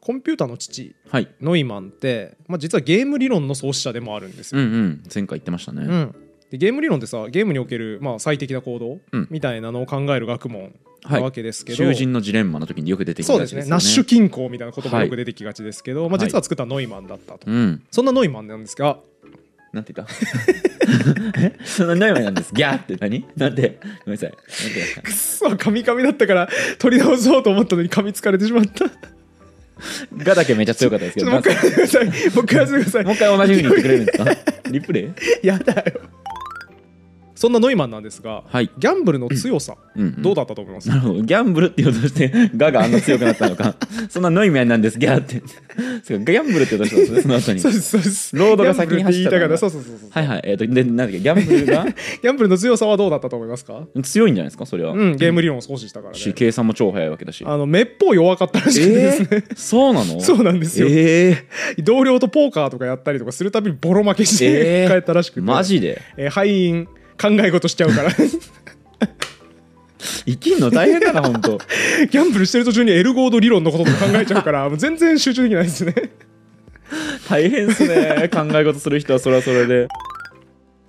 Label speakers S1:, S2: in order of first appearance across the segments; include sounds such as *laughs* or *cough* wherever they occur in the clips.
S1: コンピューターの父
S2: はい
S1: ノイマンって、まあ、実はゲーム理論の創始者でもあるんです
S2: うん
S1: よ、
S2: うん前回言ってましたね、
S1: うんでゲーム理論ってさゲームにおける、まあ、最適な行動
S2: うん
S1: みたいなのを考える学問
S2: は
S1: ないわけですけど、
S2: 囚人のジレンマの時によく出てきた
S1: そう
S2: やつ
S1: で
S2: ですす
S1: ね
S2: よ
S1: ナッシュ均衡みたいな言葉
S2: はい
S1: よく出てきがちですけど、まあ、
S2: はい
S1: 実は作ったのはノイマンだったと、
S2: うん
S1: そんなノイマンなんですが *laughs*
S2: なんて言ったえその何なんですギャーって何 *laughs* なんてごめんなさいなんて言った
S1: くっそ噛み噛みだったから取り直そうと思ったのに噛みつかれてしまったちょ
S2: がだけめっちゃ強かったですけ
S1: っと
S2: ど
S1: もう一回やってくださいもう一回やってください
S2: もう一回同じふうに言ってくれるんですかリプレイ
S1: やだよそんなノイマンなんですが、
S2: はい、
S1: ギャンブルの強さ、
S2: うんうん
S1: どうだったと思います、
S2: なるほどギャンブルって言おうとしてガがあんな強くなったのか *laughs* そんなノイメンなんですギャーってそうかギャンブルって言おうとしたんですねその後に
S1: そうですそうです
S2: ロードが先に走っ
S1: ギャンブルって言いた
S2: たから
S1: からそうそうそうそう、
S2: はいはいえっ、とでなんだっけギャンブルが
S1: ギャンブルの強さはどうだったと思いますか
S2: 強いんじゃないですかそれは
S1: うんゲーム理論を少ししたからね
S2: し計算も超早いわけだし
S1: あのめっぽう弱かったらしいですね、
S2: えーそうなの
S1: そうなんですよ
S2: え
S1: *laughs*
S2: え
S1: 同僚とポーカーとかやったりとかするたびにボロ負けして、
S2: えー
S1: 帰ったらしくて
S2: マ、ジで
S1: えー敗因考え事しちゃうから *laughs* ギ
S2: 生きんの大変だな本当
S1: ャンブルしてる途中にエルゴード理論のこととか考えちゃう
S2: *laughs*
S1: からもう全然集中できないですね
S2: *laughs* 大変っすね考え事する人はそれはそれで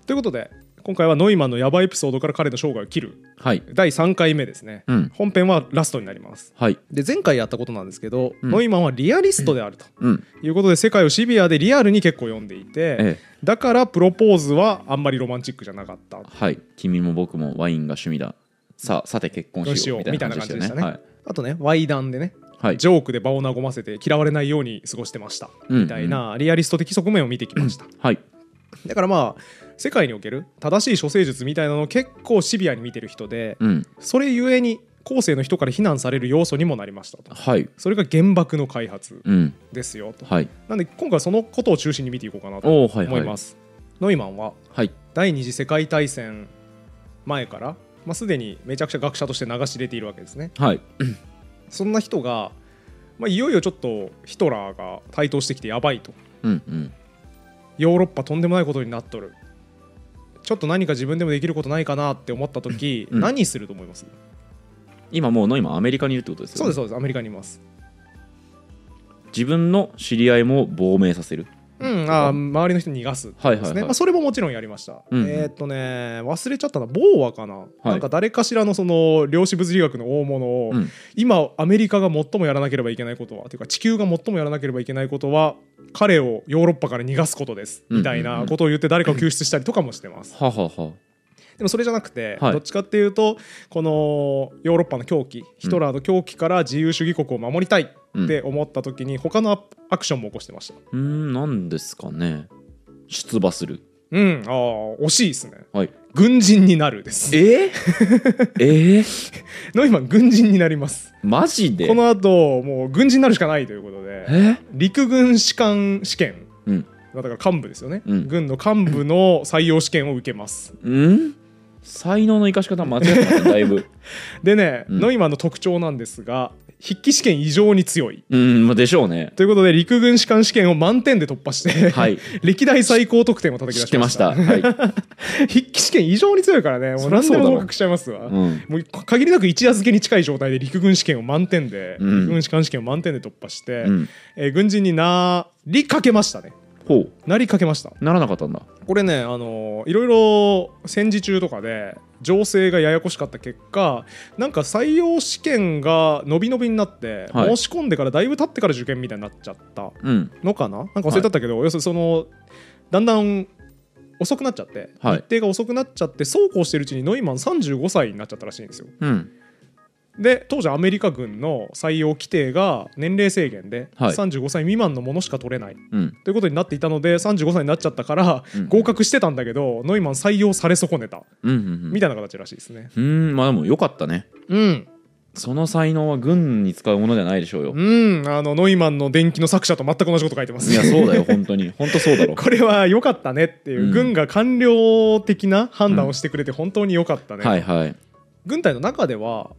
S1: ということで今回はノイマンのヤバいエピソードから彼の生涯を切る
S2: はい
S1: 第3回目ですね、
S2: うん
S1: 本編はラストになります
S2: はい
S1: で前回やったことなんですけど、ノイマンはリアリストであると
S2: うん
S1: いうことで世界をシビアでリアルに結構読んでいて、
S2: ええ
S1: だからプロポーズはあんまりロマンチックじゃなかった
S2: はい君も僕もワインが趣味ださあさて結婚しようみたいな感じで
S1: み
S2: したね
S1: たいな感あとねワイダンでね
S2: はい、はい
S1: ジョークで場を和ませて嫌われないように過ごしてました
S2: うん
S1: みたいなリアリスト的側面を見てきました
S2: はい
S1: だからまあ世界における正しい処世術みたいなのを結構シビアに見てる人で
S2: うん
S1: それゆえに後世の人から非難される要素にもなりましたと
S2: はい
S1: それが原爆の開発
S2: うん
S1: ですよと
S2: はい
S1: なんで今回はそのことを中心に見ていこうかなと
S2: おーはいはい
S1: 思いますノイマンは
S2: はい
S1: 第二次世界大戦前からまあすでにめちゃくちゃ学者として流し出ているわけですね
S2: はい
S1: そんな人が、まあ、いよいよちょっとヒトラーが台頭してきてやばいと
S2: うんうん
S1: ヨーロッパとんでもないことになっとるちょっと何か自分でもできることないかなって思った時、
S2: うん
S1: 何すると思います
S2: 今もうの今アメリカにいるってことですよ
S1: そう
S2: ね
S1: ですそうですアメリカにいます
S2: 自分の知り合いも亡命させる
S1: うんあー周りの人に逃がすですね、
S2: はいはいはい
S1: まあ、それももちろんやりました、
S2: うん
S1: えーっとね忘れちゃったなボーアかな、
S2: い
S1: なんか誰かしらのその量子物理学の大物を、
S2: うん
S1: 今アメリカが最もやらなければいけないことはというか地球が最もやらなければいけないことは彼をヨーロッパから逃がすことです
S2: うん
S1: みたいなことを言って誰かを救出したりとかもしてます、
S2: ははは
S1: でもそれじゃなくて、
S2: はい
S1: どっちかっていうとこのヨーロッパの狂気ヒトラーの狂気から自由主義国を守りたいって思った時に他のアアクションも起こしてました
S2: うーんなんですかね出馬する
S1: うんああ惜しいですね
S2: はい
S1: 軍人になるです
S2: え *laughs* えー、
S1: ノイマン軍人になります
S2: マジで
S1: この後もう軍人になるしかないということで
S2: え
S1: 陸軍士官試験
S2: うん
S1: だから幹部ですよね、
S2: うん
S1: 軍の幹部の採用試験を受けます
S2: うん才能の生かし方間違ってますねだいぶ *laughs*
S1: でね、
S2: うん
S1: ノイマンの特徴なんですが筆記試験異常に強い
S2: うんまあでしょうね
S1: ということで陸軍士官試験を満点で突破して、
S2: はい
S1: *laughs* 歴代最高得点を叩き
S2: 知
S1: 出
S2: っ
S1: してま
S2: ま
S1: し
S2: したたはい、
S1: 筆記試験異常に強いからねもう
S2: そりゃ
S1: 何
S2: そう
S1: で
S2: だろ
S1: も
S2: う
S1: 合格しちゃいますわ、 *laughs*
S2: うん、
S1: もう限りなく一夜漬けに近い状態で陸軍試験を満点で、
S2: うん
S1: 陸軍士官試験を満点で突破して、
S2: うん、
S1: えー軍人になりかけましたね
S2: ほう
S1: なりかけました
S2: ならなかったんだ
S1: これねあのーいろいろ戦時中とかで情勢がややこしかった結果なんか採用試験が伸び伸びになって、
S2: はい
S1: 申し込んでからだいぶ経ってから受験みたいになっちゃった
S2: うん
S1: のかななんか忘れちゃったけど、要するにそのだんだん遅くなっちゃって、
S2: はい
S1: 日程が遅くなっちゃってそうこうしてるうちにノイマン35歳になっちゃったらしいんですよ
S2: うん
S1: で当時アメリカ軍の採用規定が年齢制限で
S2: はい
S1: 35歳未満のものしか取れない
S2: うん
S1: ということになっていたので35歳になっちゃったから
S2: うん
S1: 合格してたんだけどノイマン採用され損ねた
S2: うんうん
S1: みたいな形らしいですね。
S2: うんうんまあでもよかったね
S1: うん、
S2: その才能は軍に使うものじゃないでしょうよ
S1: うん、あのノイマンの伝記の作者と全く同じこと書いてます *laughs*
S2: いやそうだよ本当に本当そうだろ
S1: これは良かったねっていう、
S2: うん
S1: 軍が官僚的な判断をしてくれて本当に良かったね、
S2: はいはい
S1: 軍隊の中では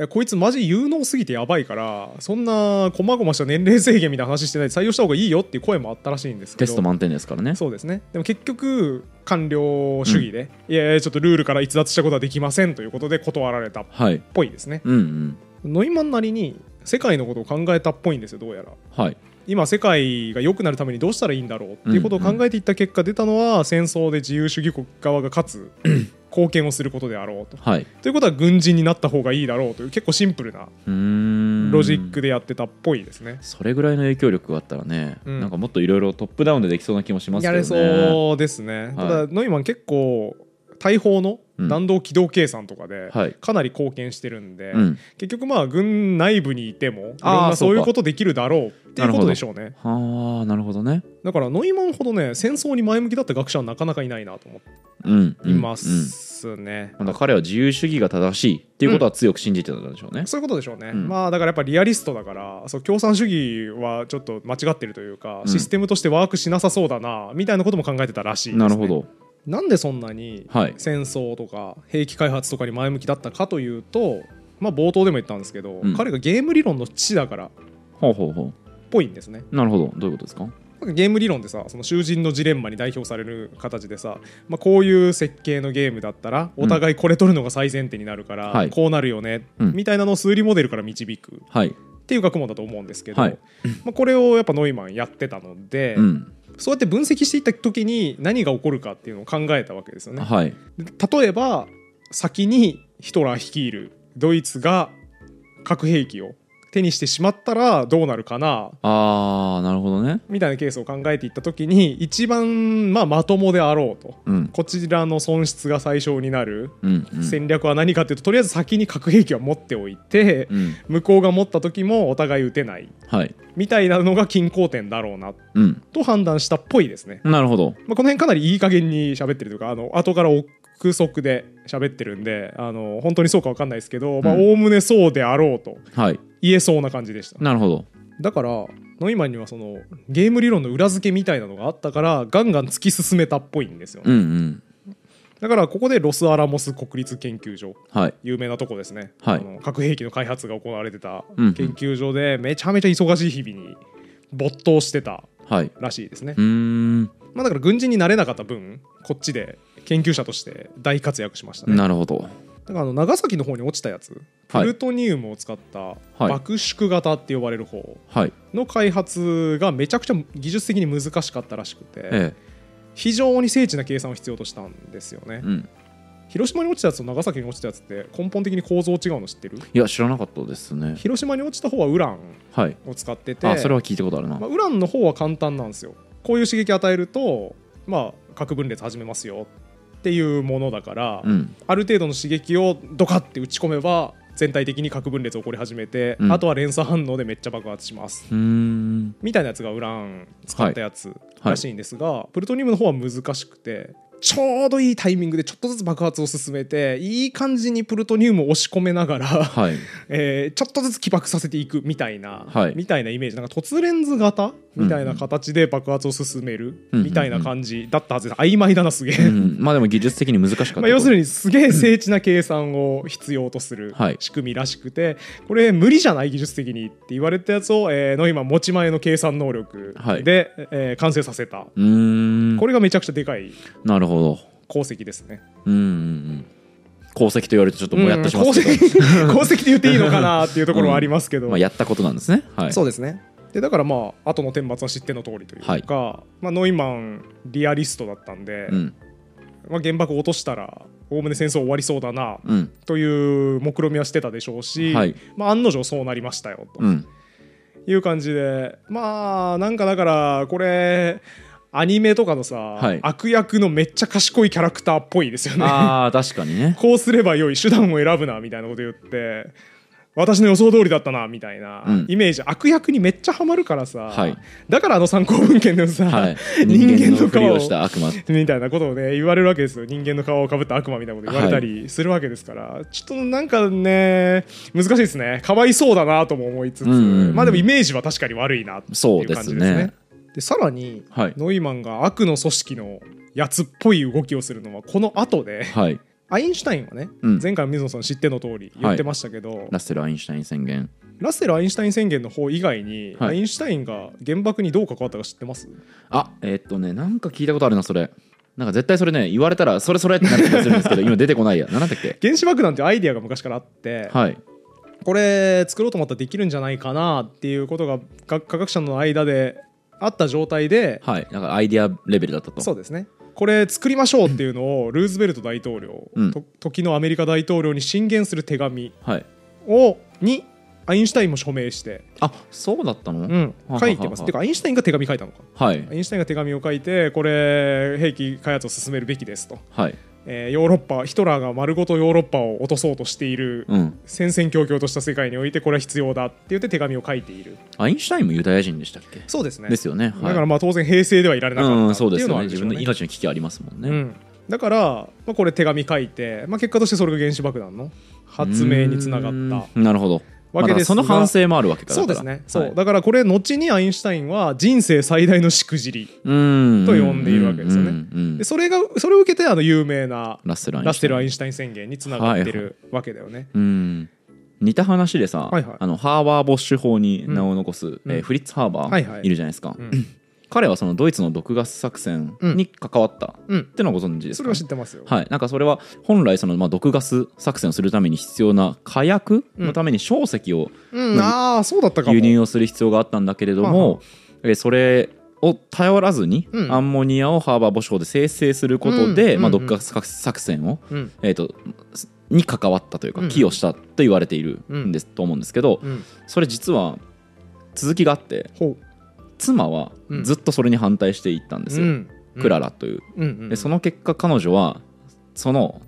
S1: えこいつマジ有能すぎてやばいからそんな細々した年齢制限みたいな話してないで採用した方がいいよっていう声もあったらしいんですけ
S2: テ
S1: ど
S2: スト満点ですからね
S1: そうですねでも結局官僚主義で、いやいやちょっとルールから逸脱したことはできませんということで断られたっ
S2: はい
S1: ぽいですね
S2: うんうん
S1: ノイマンなりに世界のことを考えたっぽいんですよどうやら
S2: はい
S1: 今世界が良くなるためにどうしたらいいんだろうっていうことを考えていった結果出たのは戦争で自由主義国側が勝つ貢献をすることであろうと。
S2: はい
S1: ということは軍人になった方がいいだろうという結構シンプルな
S2: うーん
S1: ロジックでやってたっぽいですね。
S2: それぐらいの影響力があったらね、
S1: うん
S2: なんかもっといろいろトップダウンでできそうな気もしますけ
S1: や
S2: どね
S1: れそうですね。た
S2: は
S1: だノイマン結構大砲の弾道軌道計算とかで
S2: はい
S1: かなり貢献してるんで、
S2: うん
S1: 結局まあ軍内部にいてもいろん
S2: あー
S1: なそういう
S2: そうか
S1: ことできるだろうっていうことでしょうね。
S2: はあなるほどね
S1: だからノイマンほどね戦争に前向きだった学者はなかなかいないなと思って
S2: うん
S1: いま
S2: うんうん
S1: すね。
S2: まだ彼は自由主義が正しいっていうことは強く信じてたんでしょうね。
S1: そういうことでしょうね、
S2: うん
S1: まあだからやっぱリアリストだからそう共産主義はちょっと間違ってるというか、
S2: うん
S1: システムとしてワークしなさそうだなみたいなことも考えてたらしいです、ね、
S2: なるほど。
S1: なんでそんなに
S2: はい
S1: 戦争とか兵器開発とかに前向きだったかというと、まあ、冒頭でも言ったんですけど、
S2: うん
S1: 彼がゲーム理論の父だからっ
S2: ほうほうほ
S1: ぽいんですね
S2: う。なるほど。どういうことですか
S1: なんかゲーム理論でさその囚人のジレンマに代表される形でさ、まあ、こういう設計のゲームだったらお互いこれ取るのが最前提になるから、
S2: はい
S1: こうなるよね、
S2: うん
S1: みたいなのを数理モデルから導く
S2: はい。
S1: っていう学問だと思うんですけど、
S2: はい
S1: まあ、これをやっぱノイマンやってたので、
S2: うん。
S1: そうやって分析していった時に何が起こるかっていうのを考えたわけですよね。
S2: はい。
S1: で例えば先にヒトラー率いるドイツが核兵器を手にしてしまったらどうなるかな
S2: あー、なるほどね。
S1: みたいなケースを考えていった時に一番、まあ、まともであろうと
S2: うん。
S1: こちらの損失が最小になる
S2: うん。うん
S1: 戦略は何かっていうととりあえず先に核兵器は持っておいて
S2: うん。
S1: 向こうが持った時もお互い撃てない
S2: はい。
S1: みたいなのが均衡点だろうな
S2: うん。
S1: と判断したっぽいですね。
S2: なるほど。
S1: まあ、この辺かなりいい加減に喋ってるというかあの後から憶測で喋ってるんであの本当にそうか分かんないですけどまあ
S2: うん
S1: おおむねそうであろうと
S2: はい。
S1: 言えそうな感じでした。
S2: なるほど。
S1: だからノイマンにはそのゲーム理論の裏付けみたいなのがあったからガンガン突き進めたっぽいんですよ、
S2: うんうん。
S1: だからここでロスアラモス国立研究所
S2: はい。
S1: 有名なとこですね、
S2: はい
S1: あの核兵器の開発が行われてた
S2: うんうん
S1: 研究所でめちゃめちゃ忙しい日々に没頭してた
S2: はい。
S1: らしいですね
S2: う、ーん。
S1: まあ、だから軍人になれなかった分こっちで研究者として大活躍しましたねだ
S2: なるほど。
S1: からあの長崎の方に落ちたやつプ
S2: はい
S1: ルトニウムを使った
S2: い
S1: 爆縮型って呼ばれる方
S2: はい。
S1: の開発がめちゃくちゃ技術的に難しかったらしくて
S2: え
S1: 非常に精緻な計算を必要としたんですよね
S2: え。うん。
S1: 広島に落ちたやつと長崎に落ちたやつって根本的に構造違うの知ってる
S2: いや、知らなかったですね。
S1: 広島に落ちた方はウラン
S2: はい。
S1: を使ってて
S2: あ、それは聞いたことあるな
S1: まあ、。ウランの方は簡単なんですよこういう刺激与えると、まあ、核分裂始めますよっていうものだから、
S2: うん。
S1: ある程度の刺激をドカッて打ち込めば全体的に核分裂起こり始めて、
S2: うん
S1: あとは連鎖反応でめっちゃ爆発します
S2: うーん。
S1: みたいなやつがウラン使ったやつ
S2: い
S1: らしいんですが、プルトニウムの方は難しくてちょうどいいタイミングでちょっとずつ爆発を進めていい感じにプルトニウムを押し込めながら、 *laughs*
S2: はい。
S1: えーちょっとずつ起爆させていくみたいな、
S2: はい
S1: みたいなイメージなんか突レンズ型みたいな形で爆発を進める
S2: うんうん
S1: みたいな感じだったはずです曖昧だなすげえ、
S2: うん。まあでも技術的に難しかった。
S1: まあ、要する
S2: に。
S1: にすげえ精緻な計算を必要とする
S2: はい
S1: 仕組みらしくて、これ無理じゃない技術的にって言われたやつを、えーの今持ち前の計算能力
S2: はい
S1: で、えー完成させた
S2: うーん。
S1: これがめちゃくちゃでかい
S2: なるほど。
S1: 功績ですね。
S2: うんうんうん功績と言われるとちょっともやっとしますけど、
S1: うん功績 *laughs* 功績って言っていいのかなっていうところはありますけど、
S2: まあ、やったことなんですねはい
S1: そうですねでだからまあ後の天末は知っての通りというか、
S2: はい
S1: まあ、ノイマンリアリストだったんで、
S2: うん
S1: まあ、原爆を落としたらおおむね戦争終わりそうだな
S2: うん
S1: という目論見みはしてたでしょうし、
S2: はい
S1: まあ、案の定そうなりましたよと
S2: うん
S1: いう感じで、まあなんかだからこれアニメとかのさ、
S2: い
S1: 悪役のめっちゃ賢いキャラクターっぽいですよね。
S2: あー確かに
S1: *laughs*
S2: ね
S1: こうすればよい手段を選ぶなみたいなこと言って私の予想通りだったなみたいな
S2: うん
S1: イメージ、悪役にめっちゃハマるからさ、
S2: はい
S1: だからあの参考文献でもさ、
S2: はい
S1: *laughs* 人間の
S2: ふり
S1: 顔
S2: をした悪魔
S1: みたいなことをね言われるわけですよ人間の顔をかぶった悪魔みたいなこと言われたりするわけですから、ちょっとなんかね難しいですねかわいそうだなとも思いつつ、
S2: うんうんうん
S1: まあでもイメージは確かに悪いなって
S2: そ
S1: いうう
S2: で
S1: 感
S2: す
S1: じですね。
S2: ね
S1: でさらに、
S2: はい
S1: ノイマンが悪の組織のやつっぽい動きをするのはこの後で
S2: はい
S1: アインシュタインはね、
S2: うん
S1: 前回水野さん知っての通り言ってましたけど、
S2: ラッセル・アインシュタイン宣言
S1: ラッセル・アインシュタイン宣言の方以外に、
S2: はい
S1: アインシュタインが原爆にどう関わったか知ってます
S2: あえーっとねなんか聞いたことあるなそれなんか絶対それね言われたら
S1: *laughs*
S2: それそれってなる気がするんですけど今出てこないや何だったっけ
S1: 原子爆弾ってアイデアが昔からあって、
S2: はい
S1: これ作ろうと思ったらできるんじゃないかなっていうことがが科学者の間であった状態で
S2: はいなんかアイディアレベルだったと
S1: そうですねこれ作りましょうっていうのをルーズベルト大統領、
S2: うん
S1: と時のアメリカ大統領に進言する手紙
S2: はい
S1: をにアインシュタインも署名して、
S2: あそうだったの、
S1: うん
S2: ははは
S1: 書いてます。てかアインシュタインが手紙書いたのか
S2: はい
S1: アインシュタインが手紙を書いてこれ兵器開発を進めるべきですと、
S2: はい
S1: えーヨーロッパヒトラーが丸ごとヨーロッパを落とそうとしている
S2: うん
S1: 戦々恐々とした世界においてこれは必要だって言って手紙を書いている
S2: アインシュタインもユダヤ人でしたっけ
S1: そうですね
S2: ですよねはい
S1: だからまあ当然平成ではいられなか
S2: う
S1: っ
S2: ん
S1: た
S2: そう
S1: って
S2: で
S1: い
S2: す
S1: うの
S2: よ
S1: はあ
S2: ね
S1: るで
S2: 自
S1: しょう
S2: 分
S1: ね
S2: の命の危機ありますもんね、
S1: うん、だから、まあ、これ手紙書いて、まあ、結果としてそれが原子爆弾の発明につながった
S2: たなるほど
S1: わけですが
S2: まあその反省もあるわけか
S1: そ
S2: ら
S1: うですね、
S2: だから
S1: そうだからこれ後にアインシュタインは人生最大のしくじり
S2: うん
S1: と呼んでいるわけですよね
S2: うんうんうん
S1: でそれがそれを受けてあの有名な
S2: ラッセル・アインシュタイン
S1: ラッセル・アインシュタイン宣言につながってるわけだよね。
S2: うん似た話でさ、
S1: はいはい
S2: あのハーバー・ボッシュ法に名を残す、えーフリッツ・ハーバ
S1: はいはい
S2: ーいるじゃないですか、
S1: うん
S2: *laughs* 彼はそのドイツの毒ガス作戦に関わったっ
S1: うん、
S2: てのはご存知です
S1: それ
S2: か、
S1: は知ってますよ。
S2: はい、なんかそれは本来そのまあ毒ガス作戦をするために必要な火薬のために硝石を
S1: うん、ああそうだったかも。
S2: 輸入をする必要があったんだけれど
S1: はあ
S2: も、えーそれを頼らずに
S1: うん
S2: アンモニアをハーバー・ボッシュ法で生成することで、
S1: うん
S2: まあ、
S1: うんうん
S2: 毒ガス作戦を
S1: うん
S2: えー、とすに関わったというか
S1: うん
S2: 寄与したと言われているんです、と思うんですけど
S1: うん、
S2: それ実は続きがあって
S1: ほ
S2: 妻は
S1: うん
S2: ずっとそれに反対していったんで
S1: う
S2: すよ、
S1: ん
S2: クララという。
S1: うんうん
S2: でその結果彼女はその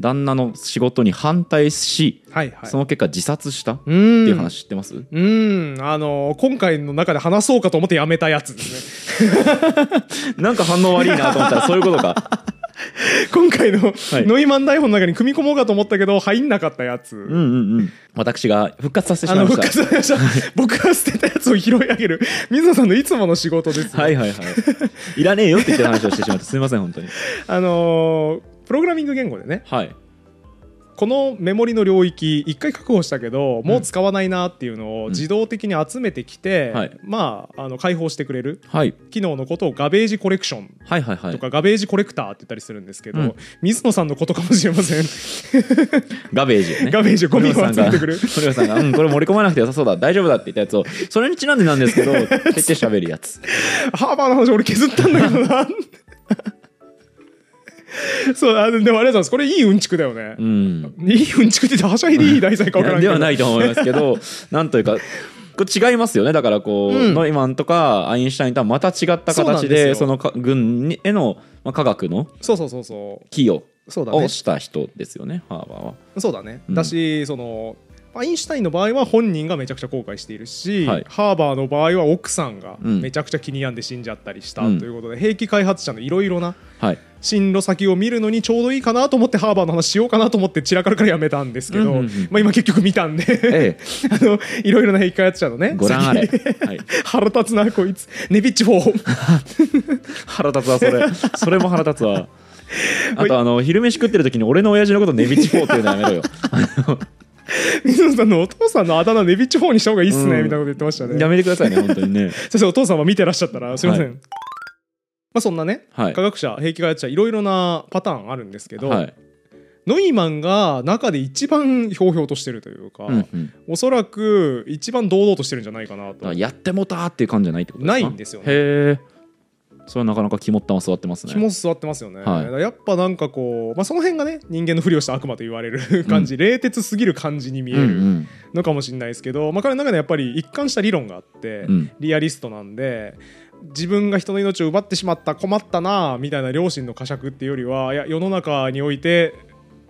S2: 旦那の仕事に反対し、
S1: はいはい、
S2: その結果自殺したって
S1: うーん
S2: いう話知ってます、
S1: うんあの今回の中で話そうかと思ってやめたやつですね
S2: なんか反応悪いなと思ったらそういうこと
S1: *laughs*
S2: か
S1: 今回の、
S2: い
S1: ノイマン台本の中に組み込もうかと思ったけど入んなかったやつ、
S2: うんうんうん私が復活させて
S1: あ
S2: しまい
S1: の
S2: まし
S1: 復
S2: た
S1: 活させました僕が捨てたやつを拾い上げる水野さんのいつもの仕事です、
S2: はいはい
S1: *laughs*
S2: はいいらねえよって言ってる話をしてしまってすみません本当に
S1: あのプログラミング言語でね
S2: はい
S1: このメモリの領域一回確保したけどもう使わないなっていうのを
S2: ん
S1: 自動的に集めてきて、
S2: うんはい
S1: まああの解放してくれる
S2: はい
S1: 機能のことをガベージコレクション
S2: はいはいはい
S1: とかガベージコレクターって言ったりするんですけど、
S2: うん
S1: 水野さんのことかもしれません
S2: ガベージをね
S1: ガベージをゴミを集めてくる
S2: 森山さんが、森山さんがうん、これ盛り込まなくて良さそうだ、大丈夫だって言ったやつを、それにちなんでなんですけど、
S1: *laughs*
S2: って言って喋るやつ。
S1: ハーバーの話俺削ったんだけどなそうあのでもありがとうございますこれいいうんちくだよね
S2: う、ん。
S1: いいうんちくって言ってはしゃいでいい題材か分からんけ
S2: で
S1: ど
S2: はないと思いますけど、なんというか、これ違いますよね。だからこう、
S1: うん
S2: ノイマンとかアインシュタインとはまた違った
S1: そうなん
S2: 形
S1: です
S2: で、
S1: よ
S2: そのか軍にへの、まあ、科学の
S1: そうそうそうそう
S2: 寄与
S1: そうだね
S2: をした人ですよね、ハーバーは。
S1: そうだね、
S2: うん
S1: だしそのアインシュタインの場合は本人がめちゃくちゃ後悔しているし、
S2: はい
S1: ハーバーの場合は奥さんが
S2: うん
S1: めちゃくちゃ気に病んで死んじゃったりした
S2: うん
S1: ということで、兵器開発者のいろいろな
S2: はい。
S1: 進路先を見るのにちょうどいいかなと思ってハーバーの話しようかなと思って散らかるからやめたんですけど、
S2: うんうんうん
S1: まあ、今結局見たん
S2: *laughs*
S1: で
S2: え
S1: あのいろいろな兵器開発者のね
S2: え、ご覧あれ。
S1: 先
S2: はい、
S1: *laughs* 腹立つなこいつネビッチ4
S2: 腹立つわ、それ。それも腹立
S1: *laughs*
S2: つわ。あと、あの、昼飯食ってる時に俺の親父のことネビチフォーっていうのやめろ
S1: *laughs*
S2: よ。
S1: *laughs* 水野さんのお父さんのあだ名ネビッチ4にした方がいいっすね、
S2: うん
S1: みたいなこと言ってましたね
S2: やめてくださいね、本当にね。
S1: 先生お父さんは見てらっしゃったらすいません、
S2: は
S1: まあそんなね、
S2: はい
S1: 科学者兵器開発者いろいろなパターンあるんですけど、
S2: はい。
S1: ノイマンが中で一番ひょうひょうとしてるというか、
S2: うんうん、
S1: おそらく一番堂々としてるんじゃないかな
S2: だか
S1: と
S2: らやってもたーっていう感じじゃないってこと
S1: ないんですよね
S2: へえそれはなかなか肝ったま座ってますね
S1: 気も座ってますよね、
S2: はい
S1: だからやっぱなんかこう、まあ、その辺がね人間のふりをした悪魔と言われる *laughs* 感じ、冷徹すぎる感じに見え
S2: うん
S1: るのかもしれないですけど、まあ、彼の中でやっぱり一貫した理論があって、
S2: うんうん
S1: リアリストなんで自分が人の命を奪ってしまった困ったなみたいな良心の呵責っていうよりはいや世の中において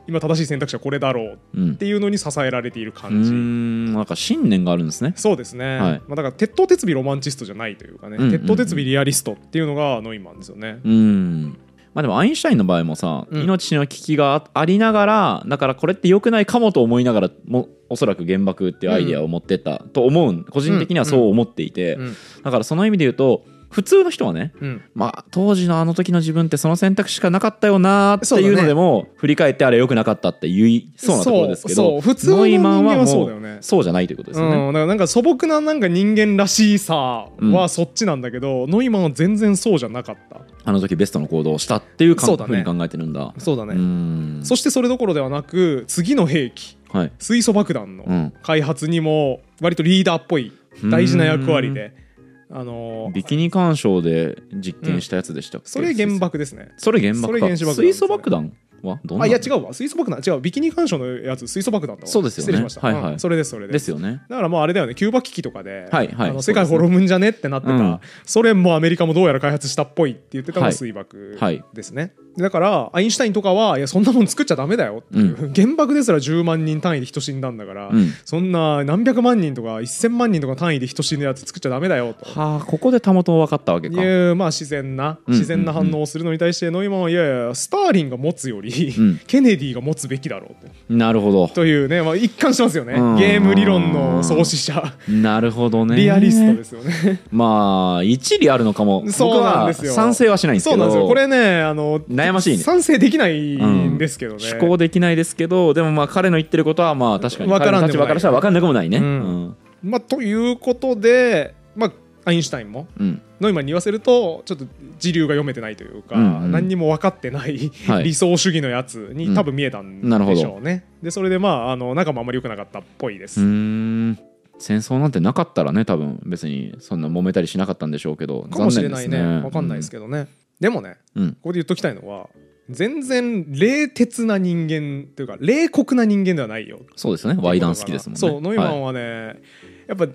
S1: 今正しい選択肢はこれだろう
S2: うん
S1: っていうのに支えられている
S2: うー
S1: 感じ、
S2: んなんか信念があるんですね
S1: そうですね、
S2: はい
S1: まあ、だから鉄頭鉄尾ロマンチストじゃないというかね、
S2: うんうんうん
S1: 鉄頭鉄尾リアリストっていうのがノイマンですよね、
S2: うんまあでもアインシュタインの場合もさ、
S1: うん
S2: 命の危機があありながらだからこれって良くないかもと思いながらもおそらく原爆っていうアイデアを持ってったと思うん、個人的にはそう思っていて、
S1: うん
S2: だからその意味で言うと普通の人はね
S1: うん
S2: まあ、当時のあの時の自分ってその選択しかなかったよなーっていう
S1: そうだ
S2: の
S1: ね
S2: でも、振り返ってあれ良くなかったって言いそうなところですけど
S1: そうそう普通の
S2: ノイ
S1: 人
S2: マン
S1: 間
S2: は
S1: はそう
S2: も
S1: だよね
S2: うそうじゃないということですよね。
S1: うん、だからなんか素朴ななんか人間らしいさ
S2: う
S1: はそっちなんだけど、ノイマンは全然そうじゃなかった
S2: あの時ベストの行動をしたっていうか
S1: そうだね
S2: ふうに考えてるんだ。
S1: そうだ
S2: うーん
S1: そしてそれどころではなく次の兵器
S2: はい
S1: 水素爆弾
S2: う
S1: の
S2: ん、
S1: 開発にも割とリーダーっぽい大事な役割で、あの
S2: ビキニ干渉で実験したやつでしたっけ、
S1: それ原爆ですね。
S2: それ原爆か
S1: それ原子爆弾
S2: 水素爆弾はどんな
S1: あいや違うわ水素爆弾違うビキニ干渉のやつ水素爆弾だわ
S2: そうですよ
S1: 失
S2: ね
S1: 礼しました、
S2: はいはい
S1: うんそれですそれです
S2: ですよね
S1: だからもうあれだよねキューバ危機とかで、
S2: はいは
S1: あの世
S2: いそうですね
S1: 界滅ぶんじゃねってなってた、
S2: うん
S1: ソ連もアメリカもどうやら開発したっぽいって言ってたの
S2: は
S1: が
S2: い
S1: 水爆
S2: はい
S1: ですね、だからアインシュタインとかはいやそんなもん作っちゃダメだよっていう、原爆ですら10万人単位で人死んだんだから、
S2: うん
S1: そんな何百万人とか1000万人とか単位で人死ぬやつ作っちゃダメだよと。
S2: はあここでたもと分かったわけか
S1: いうまあ自然な
S2: うん
S1: 自然な反応をするのに対してノイマンはいやいやスターリンが持つより、
S2: うん
S1: ケネディが持つべきだろうと
S2: なるほど
S1: というね、まあ、一貫してますよね
S2: うん
S1: ゲーム理論の創始者
S2: なるほどね
S1: リアリストですよね
S2: まあ一理あるのかも
S1: そうなんです
S2: 僕
S1: よ
S2: は賛成はしないんです
S1: そ
S2: け
S1: うなん
S2: ど
S1: ですよこれねあの
S2: 悩ましいね
S1: 賛成できないんですけどね、
S2: 思考できないですけどでもまあ彼の言ってることはまあ確かに
S1: わから
S2: 彼
S1: ん
S2: の
S1: でもない
S2: 立場からしたら分かんなくもないね
S1: う
S2: うんん
S1: まあ、ということで、まあ、アインシュタインも
S2: うん
S1: ノイマンに言わせるとちょっと時流が読めてないというか、
S2: うんうん
S1: 何にも分かってない、
S2: はい
S1: 理想主義のやつ
S2: う
S1: に
S2: ん
S1: 多分見えたん
S2: なるほ
S1: で
S2: ど
S1: しょうね、でそれでまああの仲もあんまり良くなかったっぽいで
S2: う
S1: す、
S2: ーん戦争なんてなかったらね多分別にそんな揉めたりしなかったんでしょうけど
S1: かもしれ
S2: 残
S1: ない
S2: 念
S1: ね
S2: ですね
S1: 分かんないです
S2: け
S1: けどね、でもね
S2: どうん
S1: ここで言っときたいのは全然冷徹な人間というか冷酷な人間ではないよ
S2: そうですよねワイダン好きですもんね
S1: そうノイマン
S2: は
S1: はね、やっぱ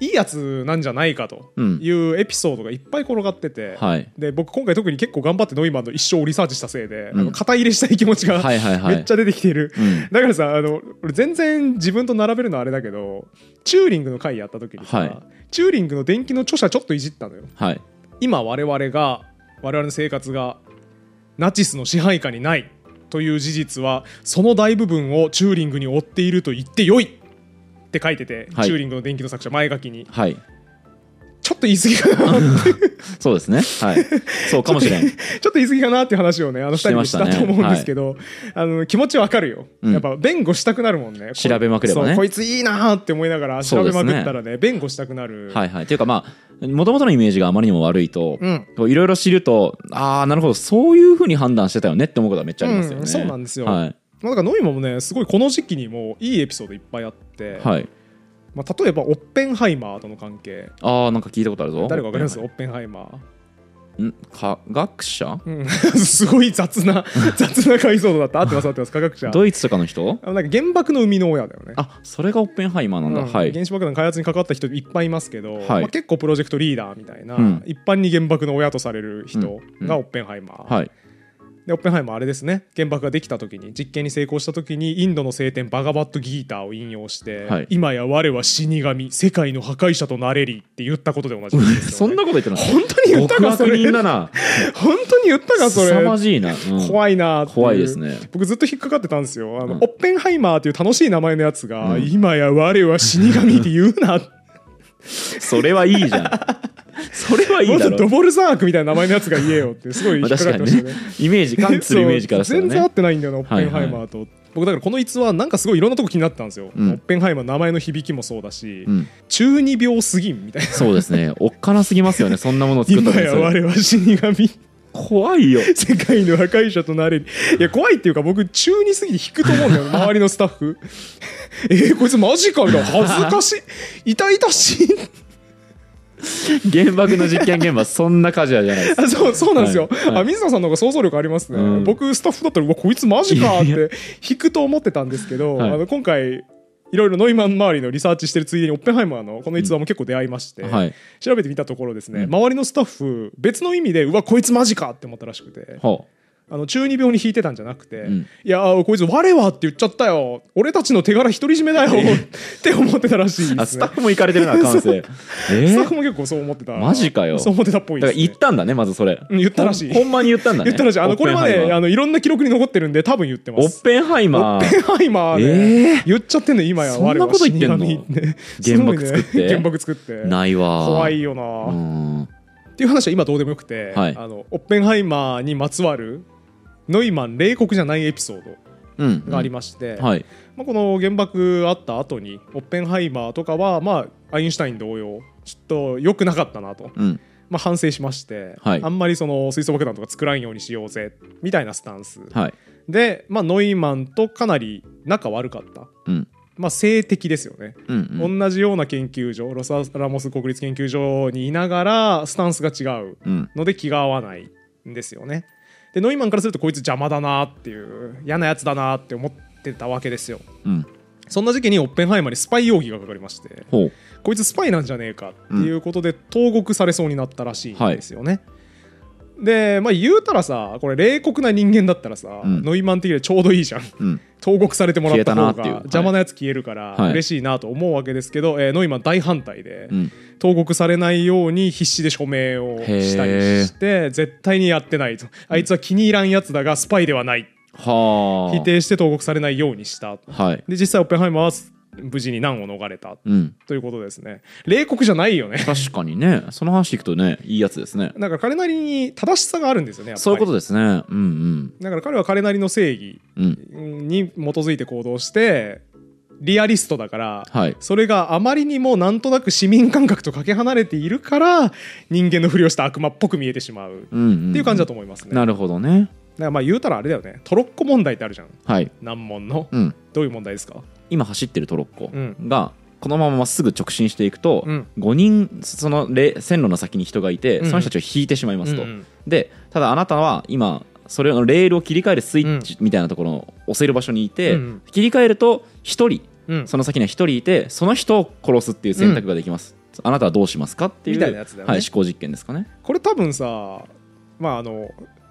S1: いいやつなんじゃないかと
S2: うん
S1: いうエピソードがいっぱい転がってて、 *laughs*
S2: はい
S1: で僕今回特に結構頑張ってノイマンの一生をリサーチしたせいで、
S2: うん
S1: あの肩入れしたい気持ちが、
S2: はいはいはい
S1: めっちゃ出てきている。
S2: うん
S1: だからさあの俺全然自分と並べるのはあれだけどチューリングの回やった時にさ、
S2: はい
S1: チューリングの電気の著者ちょっといじったのよ
S2: はい
S1: 今我々が我々の生活がナチスの支配下にないという事実はその大部分をチューリングに負っていると言ってよいって書いてて、
S2: はい
S1: チューリングの電気の作者前書きに
S2: はい
S1: ちょっと言い過ぎかな
S2: そうですねはいそうかもしれ
S1: *laughs*
S2: ん
S1: ちょっと言い過ぎかなっていう話をねあの2人でした
S2: してまし
S1: と
S2: たね
S1: 思うんですけど、あの気持ちわかるよ、
S2: うん
S1: やっぱ弁護したくなるもんね
S2: 調べまくればね
S1: そうこいついいなーって思いながら調べまくったらね弁護したくなる、
S2: はいはい。というかまあ、もともとのイメージがあまりにも悪いと、
S1: うん
S2: こういろいろ知ると、ああ、なるほど、そういうふうに判断してたよねって思うことはめっちゃありますよね。
S1: うんそうなんですよ
S2: はい。
S1: まあ、だからノイマンもねすごいこの時期にもいいエピソードいっぱいあって、
S2: はい、
S1: まあ、例えばオッペンハイマーとの関係
S2: ああ、なんか聞いたことあるぞ。
S1: 誰かわかりますオッペンハイマ
S2: ん科学者
S1: ー、 *laughs* すごい雑な雑な解像度だった合ってます合ってます科学者
S2: ドイツとかの人
S1: あのなんか原爆の生みの親だよね
S2: あそれがオッペンハイマーなんだ。
S1: うん
S2: はい。
S1: 原子爆弾開発に関わった人いっぱいいますけど、
S2: はい
S1: まあ、結構プロジェクトリーダーみたいな、
S2: うん
S1: 一般に原爆の親とされる人
S2: うん
S1: がオッペンハイマー、
S2: はい。
S1: でオッペンハイマーあれですね原爆ができた時に実験に成功した時にインドの聖典バガバットギーターを引用して、
S2: はい
S1: 今や我は死神世界の破壊者となれりって言ったことでおなじみです
S2: *laughs* そ
S1: よね、
S2: んなこと言ってない。
S1: 本当に言ったかそ
S2: 極悪
S1: れ
S2: 人だな。
S1: 本当に言ったかそれ
S2: 凄まじいな。うん
S1: 怖いなってう
S2: 怖いですね
S1: 僕ずっと引っかかってたんですよあの、
S2: うん
S1: オッペンハイマーっていう楽しい名前のやつが、
S2: うん
S1: 今や我は死神って言うな
S2: それはいいじゃん。それはい
S1: も
S2: いう
S1: ち
S2: だ
S1: ょっとド
S2: ろ。
S1: ボルザークみたいな名前のやつが言えよってすごい引
S2: ま
S1: っ
S2: あ
S1: かか
S2: 確
S1: っ
S2: か
S1: て
S2: に
S1: ました
S2: ね
S1: ね。
S2: イメージ、感知るイメージからしたら
S1: そう全然合
S2: ね
S1: っ。てないんだよなオッペンハイマーと、僕だからこの逸話はなんかすごいいろんなとこ気になったんですよ、
S2: うん
S1: オッペンハイマーの名前の響きもそうだし、
S2: うん、
S1: 中二病すぎんみたいな
S2: そうですね。おっかなすぎますよね。そんなものを作った
S1: 今
S2: んです
S1: や我は死神
S2: 怖いよ。
S1: 世界の破壊者となれるいや怖いっていうか僕中二すぎて引くと思うん
S2: *laughs*
S1: だよ周りのスタッフ *laughs* えー、こいつマジかみたいな恥ずかし
S2: *laughs*
S1: い痛々しい
S2: 原爆の実験現場そんなカジュアルじゃない
S1: *laughs*
S2: です
S1: あそうそうなんですよ、
S2: はいはい
S1: あ水野さんの方が想像力ありますね、
S2: うん
S1: 僕スタッフだったらうわこいつマジかっ
S2: いやい
S1: て引くと思ってたんですけど、
S2: はい
S1: あの今回いろいろノイマン周りのリサーチしてるついでにオッペンハイマーのこの逸話も結構出会いまして、
S2: はい
S1: 調べてみたところですね、
S2: うん
S1: 周りのスタッフ別の意味でうわこいつマジかって思ったらしくて
S2: ほ
S1: あの中二病に引いてたんじゃなくて、
S2: うん
S1: いやーこいつ我はって言っちゃったよ俺たちの手柄独り占めだよって思ってたらしいう
S2: あ
S1: です
S2: ス
S1: ね
S2: タッフも行かれてるな感性え
S1: スタ
S2: ー
S1: ッ
S2: だ
S1: フも結構そう思ってた
S2: マジかよ
S1: そう思ってたっぽい
S2: か
S1: で
S2: ら
S1: す、ね、
S2: 言ったんだねまずそれ
S1: うん言ったらしい
S2: ほんほんまに言ったんだね
S1: 言ったらしいあのこれまであのいろんな記録に残ってるんで多分言ってま
S2: オ
S1: す
S2: ッペンハイマーオッペンハイマー
S1: ペンハイマー
S2: え
S1: で言っちゃってんの今や
S2: そん
S1: 我は
S2: なこと
S1: 死
S2: 言ってんの
S1: 神ね
S2: 原爆作っ
S1: すごいね
S2: て
S1: 原爆作って
S2: ないわ
S1: 怖いよな、
S2: うーん
S1: っていう話は今どうでもよくて、
S2: はい
S1: あのオッペンハイマーにまつわるノイマン冷酷じゃないエピソー
S2: うん
S1: ドがありまして、
S2: はい
S1: まあ、この原爆あった後にオッペンハイマーとかは、まあ、アインシュタイン同様ちょっと良くなかったなと
S2: うん
S1: まあ、反省しまして、
S2: はい
S1: あんまりその水素爆弾とか作らんようにしようぜみたいなスタンス
S2: はい
S1: で、まあ、ノイマンとかなり仲悪かった、
S2: うん
S1: まあ、性的ですよね、
S2: うんうん
S1: 同じような研究所ロサラモス国立研究所にいながらスタンスが違う
S2: うん
S1: ので気が合わないんですよねでノイマンからするとこいつ邪魔だなっていう嫌なやつだなって思ってたわけですよ
S2: うん
S1: そんな時期にオッペンハイマーにスパイ容疑がかかりまして
S2: ほう
S1: こいつスパイなんじゃねえかっていうことで投獄されそうになったらしいんですよね。でまあ言うたらさこれ冷酷な人間だったらさ、
S2: うん
S1: ノイマン的でちょうどいいじゃん
S2: うん
S1: 投獄されてもらった
S2: 消
S1: 方
S2: えたなって
S1: が
S2: いうはい
S1: 邪魔なやつ消えるから
S2: はい
S1: 嬉しいなと思うわけですけど、えーノイマン大反対で、
S2: うん
S1: 投獄されないように必死で署名をしたりして絶対にやってないとあいつは気に入らんやつだがスパイではない
S2: はあ
S1: 否定して投獄されないようにしたで
S2: はい
S1: 実際オッペンハイマーは無事に難を逃れた
S2: うん
S1: ということですね冷酷じゃないよね *laughs*
S2: 確かにねその話いくとねいいやつですね
S1: なんか彼なりに正しさがあるんですよねやっぱり
S2: そういうことですねうん
S1: だから彼は彼なりの正義
S2: うんうん
S1: に基づいて行動してリアリストだから、
S2: はい
S1: それがあまりにもなんとなく市民感覚とかけ離れているから人間のふりをした悪魔っぽく見えてしまうっ
S2: うんうん
S1: ていう感じだと思いますね、だ
S2: なるほどね
S1: からまあ言うたらあれだよねトロッコ問題ってあるじゃん
S2: はい
S1: 難問の
S2: うん
S1: どういう問題ですか
S2: 今走ってるトロッコ
S1: う
S2: がこのまままっすぐ直進していくと、
S1: うん
S2: 5人そのれ線路の先に人がいて、
S1: うんうん
S2: その人たちを引いてしまいますと、
S1: うんうん
S2: でただあなたは今それのレールを切り替えるスイッチみたいなところを押せる場所にい
S1: うん
S2: て、
S1: うん
S2: 切り替えると1人
S1: うん
S2: その先には1人いてその人を殺すっていう選択ができます、あなたはどうしますかっていう
S1: みたいなやつだよね
S2: はい、思考実験ですかね
S1: これ多分さまああの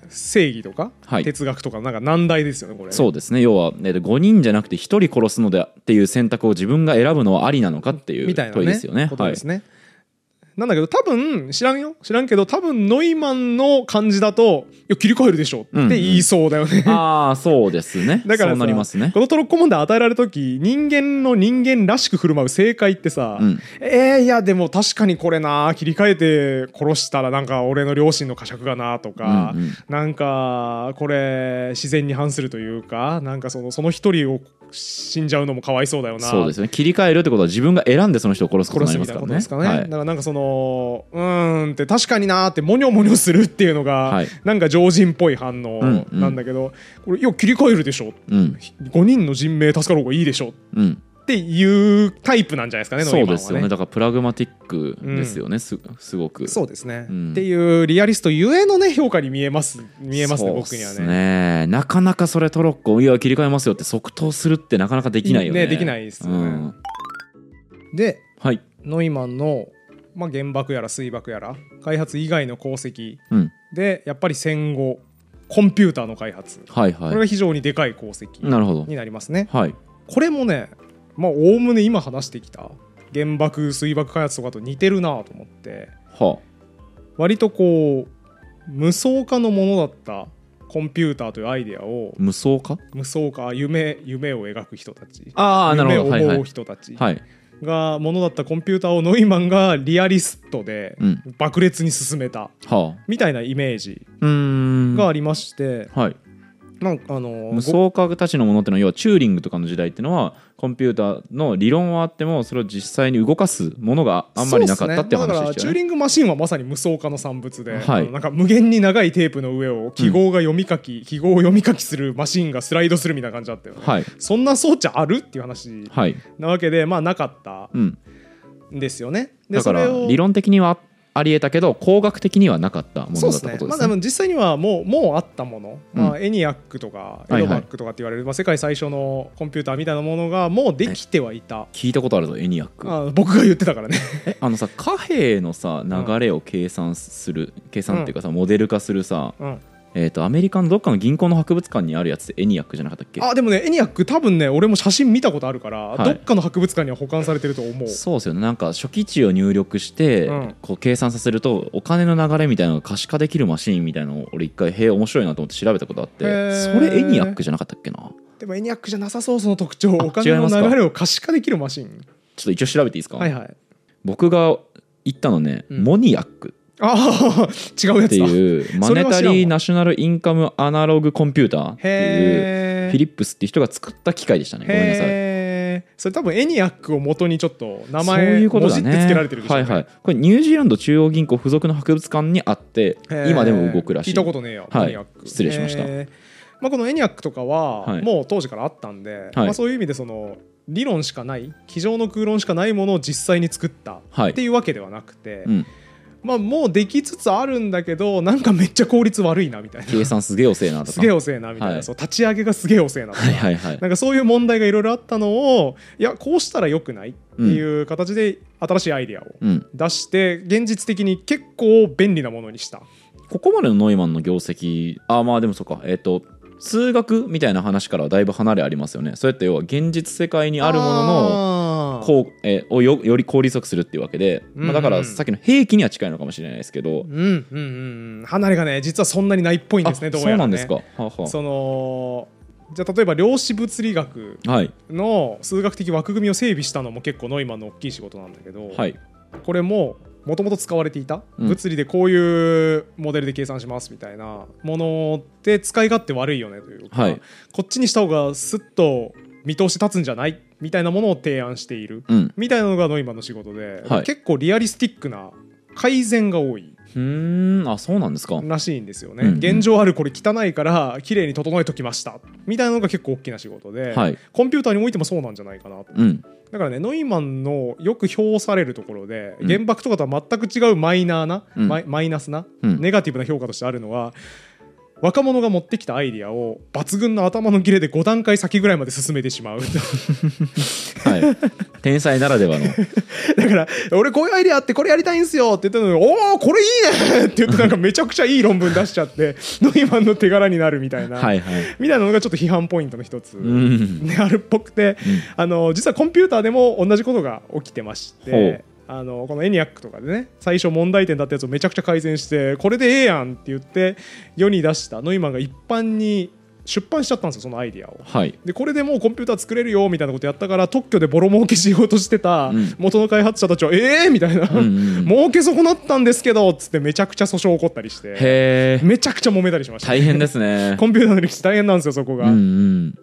S1: 正義とか、
S2: はい
S1: 哲学とかのなんか難題ですよねこれ
S2: そうですね要は、えっと5人じゃなくて1人殺すのでっていう選択を自分が選ぶのはありなのかっていう
S1: みたいな、
S2: 問い
S1: ね
S2: ですよね。
S1: こと
S2: は
S1: で
S2: い
S1: すね。なんだけど多分知らんよ知らんけど多分ノイマンの感じだと「いや切り替えるでしょ」って言いそうだよね。
S2: *laughs* ああそうですね
S1: だから
S2: そうなりますね
S1: こ。のトロッコ問題与えられた時人間の人間らしく振る舞う正解ってさ、
S2: うん
S1: えー、いやでも確かにこれな切り替えて殺したらなんか俺の両親の呵責がなとか、
S2: うんうん
S1: なんかこれ自然に反するというかなんかそのその一人を死んじゃうのもかわいそうだよな
S2: そうですね切り替えるってことは自分が選んでその人を殺すことに
S1: 殺
S2: な
S1: す
S2: りま
S1: み
S2: す
S1: たい
S2: か
S1: な
S2: ら
S1: ことですかね。
S2: ね。は
S1: だ
S2: い
S1: からなんかそのうーんって確かになーってモニョモニョするっていうのが、
S2: はい
S1: なんか常人っぽい反応なんだけど、これよ切り替えるでしょ
S2: うん
S1: 5人の人命助かる方がいいでしょ
S2: うん、
S1: っていうタイプなんじゃないですかね
S2: そう
S1: ノイマンは
S2: ですよねだからプラグマティックですよね、すすごく
S1: そうですね、
S2: うん
S1: っていうリアリストゆえのね評価に見えます見えますね
S2: そうっ
S1: 僕にはね。
S2: なかなかそれトロッコいや切り替えますよって即答するってなかなかできないよね
S1: ねできないですよね
S2: うん
S1: で
S2: はい
S1: ノイマンの、まあ、原爆やら水爆やら開発以外の功績
S2: うん
S1: でやっぱり戦後コンピューターの開発
S2: はい
S1: これ
S2: は
S1: が非常にでかい功績
S2: いなるほど
S1: になりますね。
S2: はい
S1: これもね、まあ、おおむね今話してきた原爆、水爆開発とかと似てるなと思って、
S2: は
S1: 割とこう、無双化のものだったコンピューターというアイデアを、
S2: 無双化
S1: 無双化、夢、夢を描く人たち、
S2: ああな
S1: 夢
S2: る
S1: を
S2: ほどはいは
S1: 思う
S2: い
S1: 人たち
S2: はい
S1: がものだったコンピューターをノイマンがリアリストで
S2: うん
S1: 爆裂に進めた
S2: はあ
S1: みたいなイメージ
S2: うーん
S1: がありまして、
S2: はい
S1: なんかあの
S2: 無双家たちのものっていうのは要はチューリングとかの時代っていうのはコンピューターの理論はあってもそれを実際に動かすものがあんまりなかったっていう
S1: そうすねまあだ
S2: 話
S1: から
S2: でし
S1: チュ
S2: た
S1: ー
S2: よね。
S1: リングマシンはまさに無双化の産物で、
S2: はい
S1: あのなんか無限に長いテープの上を記号が読み書き、記号を読み書きするマシンがスライドするみたいな感じだったよね、
S2: はい
S1: そんな装置あるっていう話
S2: はい、
S1: なわけでまあなかった
S2: うん、
S1: んですよねで
S2: だから
S1: それを
S2: 理論的にはありえたけど工学的にはなかったものだったことです
S1: そう
S2: ね。
S1: まあ、でも実際にはもうもうあったもの、
S2: うん
S1: まあ、エニアックとかエ
S2: いはい
S1: ロバックとかって言われる、まあ、世界最初のコンピューターみたいなものがもうできてはいた
S2: 聞いたことあるぞエニアックあ
S1: あ僕が言ってたからね
S2: *laughs* のさ貨幣のさ流れを計算する、計算っていうかさモデル化するさ、
S1: うん
S2: えー、とアメリカのどっかの銀行の博物館にあるやつってエニアックじゃなかったっけ
S1: あでもねエニアック多分ね俺も写真見たことあるから、
S2: はい
S1: どっかの博物館には保管されてると思う
S2: そうですよねなんか初期値を入力して、
S1: うん
S2: こう計算させるとお金の流れみたいなのが可視化できるマシーンみたいなのを俺一回へえ面白いなと思って調べたことあって
S1: へー
S2: それエニアックじゃなかったっけな
S1: でもエニアックじゃなさそうその特徴
S2: あ
S1: お金
S2: 違い
S1: の
S2: ますか
S1: 流れを可視化できるマシン
S2: ちょっと一応調べていいですか、
S1: はいはい
S2: 僕が行ったのね、
S1: うん
S2: モニアック
S1: ああ *laughs* 違うや
S2: って
S1: つだへ
S2: いう
S1: *laughs*
S2: マ
S1: それ
S2: ネ
S1: は知らんわ
S2: タリーナショナルインカムアナログコンピューターっていう
S1: え
S2: フィリップスって人が作った機械でしたねごめんなさい
S1: へえそれ多分エニアックを元にちょっと名前
S2: そういうこと
S1: 文字
S2: だ
S1: って
S2: ね
S1: つけられてるでしょ
S2: は
S1: う
S2: い
S1: ね
S2: はいこれニュージーランド中央銀行附属の博物館にあって
S1: へー
S2: 今でも動くらしい
S1: 聞いたことねえよ、
S2: は
S1: エ
S2: い
S1: ニアック
S2: 失礼しました
S1: へーまあ、このエニアックとかは、
S2: はい
S1: もう当時からあったんで、まあ、そういう意味でその理論しかない机上の空論しかないものを実際に作った
S2: はい
S1: っていうわけではなくて、
S2: うん、
S1: まあ、もうできつつあるんだけどなんかめっちゃ効率悪いなみたい
S2: *laughs*
S1: な
S2: 計算すげえ遅えなとか
S1: すげえ遅えなみたいな、
S2: はい
S1: そう立ち上げがすげえ遅えなとか、
S2: はいはいはい
S1: なんかそういう問題がいろいろあったのをいやこうしたらよくないっていう形で新しいアイディアを
S2: うん、
S1: 出して現実的に結構便利なものにした。
S2: ここまでのノイマンの業績あまあでもそうかえっ、と数学みたいな話からはだいぶ離れありますよねそうやって要は現実世界にあるものの
S1: の
S2: こうえーをよより効率よくするっていうわけで、まあ、だか
S1: うんう
S2: ら
S1: ん
S2: さっきの兵器には近いのかもしれないですけど、
S1: うんうんうんうん離れがね実はそんなにないっぽいん
S2: あ
S1: ですねどう
S2: そ
S1: や
S2: う
S1: ら、ね、
S2: なんですか、はあはあ
S1: そのじゃあ例えば量子物理学
S2: はい
S1: の数学的枠組みを整備したのも結構ノイマンの大きい仕事なんだけど、
S2: はい
S1: これももともと使われていた、
S2: うん
S1: 物理でこういうモデルで計算しますみたいなもので使い勝手悪いよねというか、
S2: はい
S1: こっちにした方がスッと見通し立つんじゃないみたいなものを提案している
S2: うん
S1: みたいなのがノイマンの仕事で、
S2: はい
S1: 結構リアリスティックな改善が多い。
S2: ふーんあそうなんですか、
S1: らしいんですよね、
S2: うんうん
S1: 現状あるこれ汚いから綺麗に整えときましたみたいなのが結構大きな仕事で、
S2: はい
S1: コンピューターにおいてもそうなんじゃないかなと
S2: うん
S1: だからねノイマンのよく評されるところで、
S2: うん
S1: 原爆とかとは全く違うマイナーな、
S2: うん
S1: マイマイナスな、
S2: うん
S1: ネガティブな評価としてあるのは若者が持ってきたアイディアを抜群の頭の切れで5段階先ぐらいまで進めてしまう *laughs*
S2: はい、天才ならではの
S1: だから俺こういうアイディアあってこれやりたいんすよって言ったのにおおこれいいねって
S2: *laughs*
S1: 言ってなんかめちゃくちゃいい論文出しちゃってノイマンの手柄になるみたいな、
S2: はいはい
S1: みたいなのがちょっと批判ポイントの一つ、
S2: うん
S1: であるっぽくて、あの実はコンピューターでも同じことが起きてまし
S2: ほ
S1: て
S2: う。
S1: あのこのエニアックとかでね最初問題点だったやつをめちゃくちゃ改善してこれでええやんって言って世に出したノイマンが一般に出版しちゃったんですよそのアイディアを。
S2: はい
S1: でこれでもうコンピューター作れるよみたいなことやったから特許でボロ儲けしようとしてた
S2: うん
S1: 元の開発者たちは「ええー!」みたいな「
S2: ん
S1: *laughs*
S2: うんうん
S1: 儲け損なったんですけど」っつってめちゃくちゃ訴訟起こったりして
S2: へえ
S1: めちゃくちゃ揉めたりしました、
S2: 大変ですね
S1: *laughs* コンピューターの歴史大変なんですよそこ
S2: うん
S1: が。
S2: うん